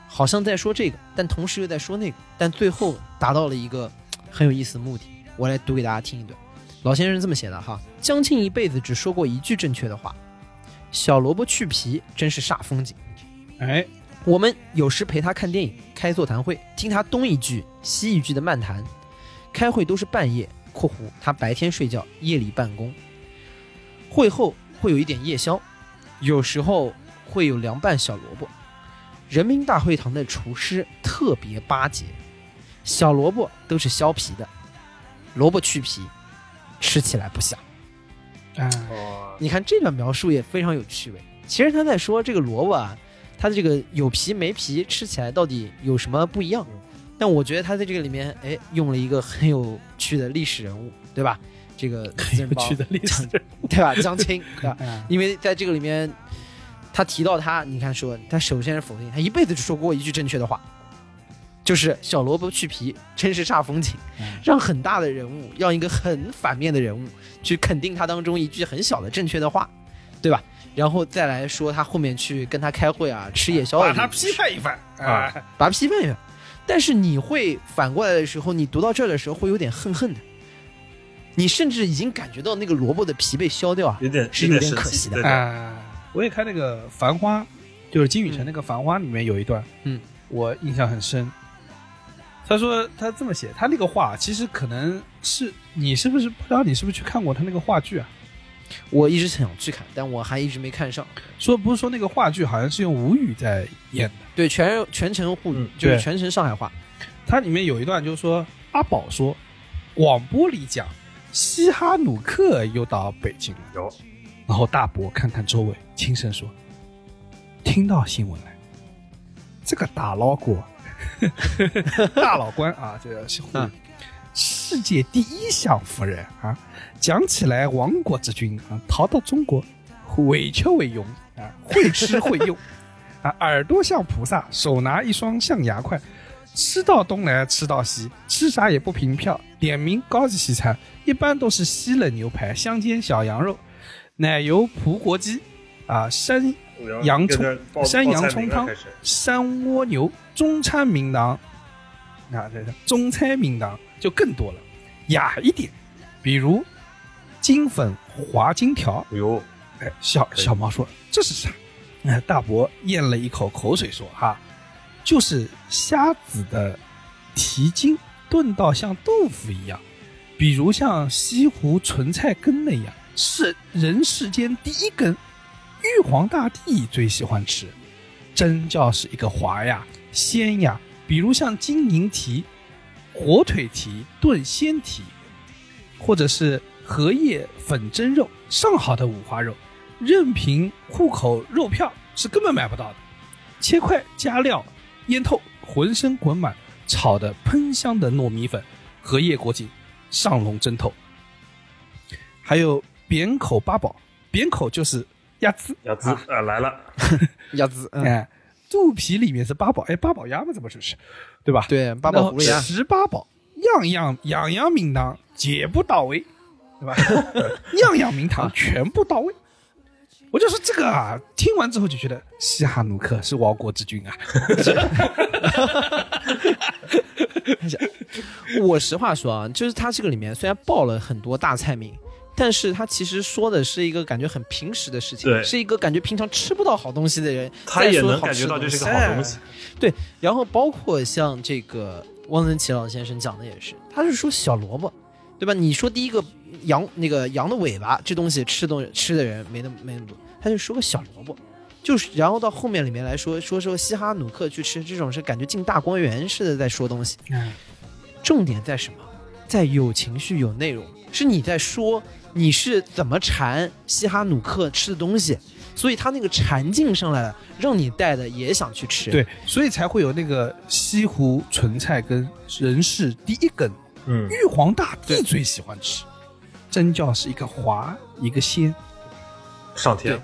Speaker 4: 好像在说这个，但同时又在说那个，但最后达到了一个很有意思的目的。我来读给大家听一段，老先生是这么写的哈：将近一辈子只说过一句正确的话，小萝卜去皮真是煞风景。
Speaker 3: 哎，
Speaker 4: 我们有时陪他看电影、开座谈会，听他东一句西一句的漫谈。开会都是半夜（括弧他白天睡觉，夜里办公）。会后会有一点夜宵，有时候会有凉拌小萝卜。人民大会堂的厨师特别巴结，小萝卜都是削皮的，萝卜去皮，吃起来不香。
Speaker 3: 啊，
Speaker 5: 哦，
Speaker 4: 你看这段描述也非常有趣味。其实他在说这个萝卜啊，它的这个有皮没皮，吃起来到底有什么不一样？但我觉得他在这个里面，哎，用了一个很有趣的历史人物，对吧？这个很
Speaker 3: 有趣的历史，
Speaker 4: 对吧？江青，对吧？
Speaker 3: 啊
Speaker 4: 因为在这个里面，他提到他，你看说他首先是否定，他一辈子只说过一句正确的话，就是小萝卜去皮，真是煞风景
Speaker 3: 嗯，
Speaker 4: 让很大的人物，让一个很反面的人物去肯定他当中一句很小的正确的话，对吧？然后再来说他后面去跟他开会啊，吃夜宵
Speaker 3: *laughs*
Speaker 4: 的
Speaker 3: 把
Speaker 4: 这个
Speaker 3: 它
Speaker 4: 故事，
Speaker 3: 批判一番啊
Speaker 5: 啊。
Speaker 4: 把他批判一下。但是你会反过来的时候，你读到这儿的时候会有点恨恨的，你甚至已经感觉到那个萝卜的皮被削掉啊，
Speaker 5: 有点
Speaker 4: 是有
Speaker 5: 点
Speaker 4: 点
Speaker 5: 神
Speaker 4: 可
Speaker 5: 奇
Speaker 4: 惜的
Speaker 5: 对
Speaker 3: 啊，我也看那个《繁花》，就是金宇澄那个《繁花》里面有一段，
Speaker 4: 嗯，
Speaker 3: 我印象很深。他说他这么写，他那个话其实可能是你是不是不知道你是不是去看过他那个话剧啊？
Speaker 4: 我一直想去看，但我还一直没看上。
Speaker 3: 说不是说那个话剧好像是用吴语在演的，
Speaker 4: 对，全全程沪语，
Speaker 5: 嗯
Speaker 4: 就是
Speaker 3: 对
Speaker 4: 全程上海话。
Speaker 3: 它里面有一段就是说阿宝说，广播里讲西哈努克又到北京了，
Speaker 5: 有
Speaker 3: 然后大伯看看周围，轻声说：“听到新闻了，这个大老哥， *laughs* 大老官啊，这个是世界第一享福人啊，讲起来亡国之君啊，逃到中国，为求为用啊，会吃会用啊，耳朵像菩萨，手拿一双象牙筷，吃到东来吃到西，吃啥也不凭票，点名高级西餐，一般都是西冷牛排、香煎小羊肉、奶油葡国鸡啊，山洋葱、山洋葱汤、山蜗牛、中餐名堂啊，这是中餐名堂就更多了，雅一点，比如金粉滑金条。
Speaker 5: 哟，
Speaker 3: 哎，小小毛说这是啥？哎，大伯咽了一口口水说哈，就是虾子的蹄筋炖到像豆腐一样，比如像西湖纯菜根那样，是人世间第一根。玉皇大帝最喜欢吃，真叫是一个滑呀，鲜呀。比如像金银蹄、火腿蹄炖鲜蹄，或者是荷叶粉蒸肉，上好的五花肉，任凭户口肉票是根本买不到的。切块加料腌透，浑身滚满，炒的喷香的糯米粉，荷叶裹紧，上笼蒸透。还有扁口八宝，扁口就是鸭子，
Speaker 5: 鸭子啊来了，
Speaker 4: 鸭子，嗯，
Speaker 3: 哎，肚皮里面是八宝，哎，八宝鸭嘛，怎么是是，对吧？
Speaker 4: 对，八
Speaker 3: 然
Speaker 4: 宝
Speaker 3: 后
Speaker 4: 葫芦鸭，
Speaker 3: 十八宝，样样样样名堂，皆不到位，对吧？ *laughs* 样样名
Speaker 4: 啊
Speaker 3: 堂全部到位。我就说这个啊，听完之后就觉得西哈努克是亡国之君啊，
Speaker 4: *laughs* 我实话说啊，就是它这个里面虽然报了很多大菜名，但是它其实说的是一个感觉很平时的事情，
Speaker 5: 对
Speaker 4: 是一个感觉平常吃不到好东西的人，
Speaker 5: 他也
Speaker 4: 再说
Speaker 5: 能
Speaker 4: 好
Speaker 5: 感
Speaker 4: 吃
Speaker 5: 觉
Speaker 4: 的
Speaker 5: 到这
Speaker 4: 东
Speaker 5: 是
Speaker 4: 西
Speaker 5: 个好东西。
Speaker 4: 对，然后包括像这个汪曾祺老先生讲的也是，他是说小萝卜，对吧？你说第一个羊那个羊的尾巴这东西吃东吃的人没那么没那么多，他就说个小萝卜，就是然后到后面里面来说说说西哈努克去吃这种是感觉进大观园似的在说东西，重点在什么？在有情绪有内容，是你在说你是怎么馋西哈努克吃的东西，所以他那个馋劲上来了，让你带的也想去吃。
Speaker 3: 对，所以才会有那个西湖纯菜根人世第一根，
Speaker 5: 嗯，
Speaker 3: 玉皇大帝最喜欢吃，真叫是一个滑一个鲜，
Speaker 5: 上天
Speaker 4: 对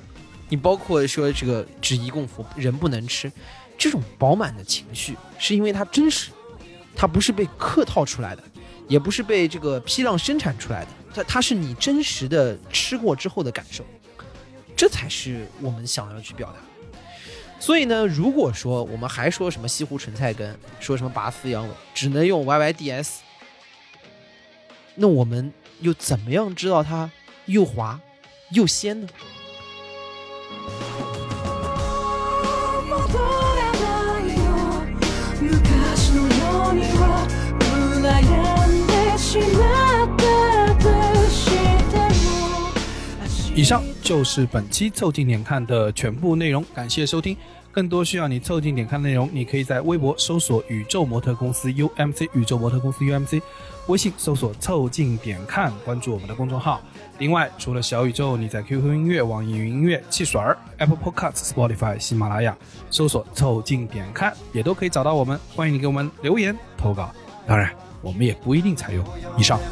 Speaker 4: 你包括说这个只宜供佛，人不能吃，这种饱满的情绪，是因为它真实，它不是被客套出来的，也不是被这个批量生产出来的，它它是你真实的吃过之后的感受，这才是我们想要去表达。所以呢，如果说我们还说什么西湖纯菜根，说什么拔丝羊尾，只能用 YYDS，那我们又怎么样知道它又滑又鲜呢？
Speaker 9: 戻らないよ昔のようには羨んでしまったとしても
Speaker 3: 以上就是本期凑近点看的全部内容，感谢收听。更多需要你凑近点看的内容，你可以在微博搜索“宇宙模特公司 UMC”，宇宙模特公司 UMC，微信搜索“凑近点看”，关注我们的公众号。另外，除了小宇宙，你在 QQ 音乐、网易云音乐、汽水儿、Apple Podcasts、Spotify、喜马拉雅搜索“凑近点看”，也都可以找到我们。欢迎你给我们留言投稿，当然我们也不一定采用。以上。
Speaker 6: 「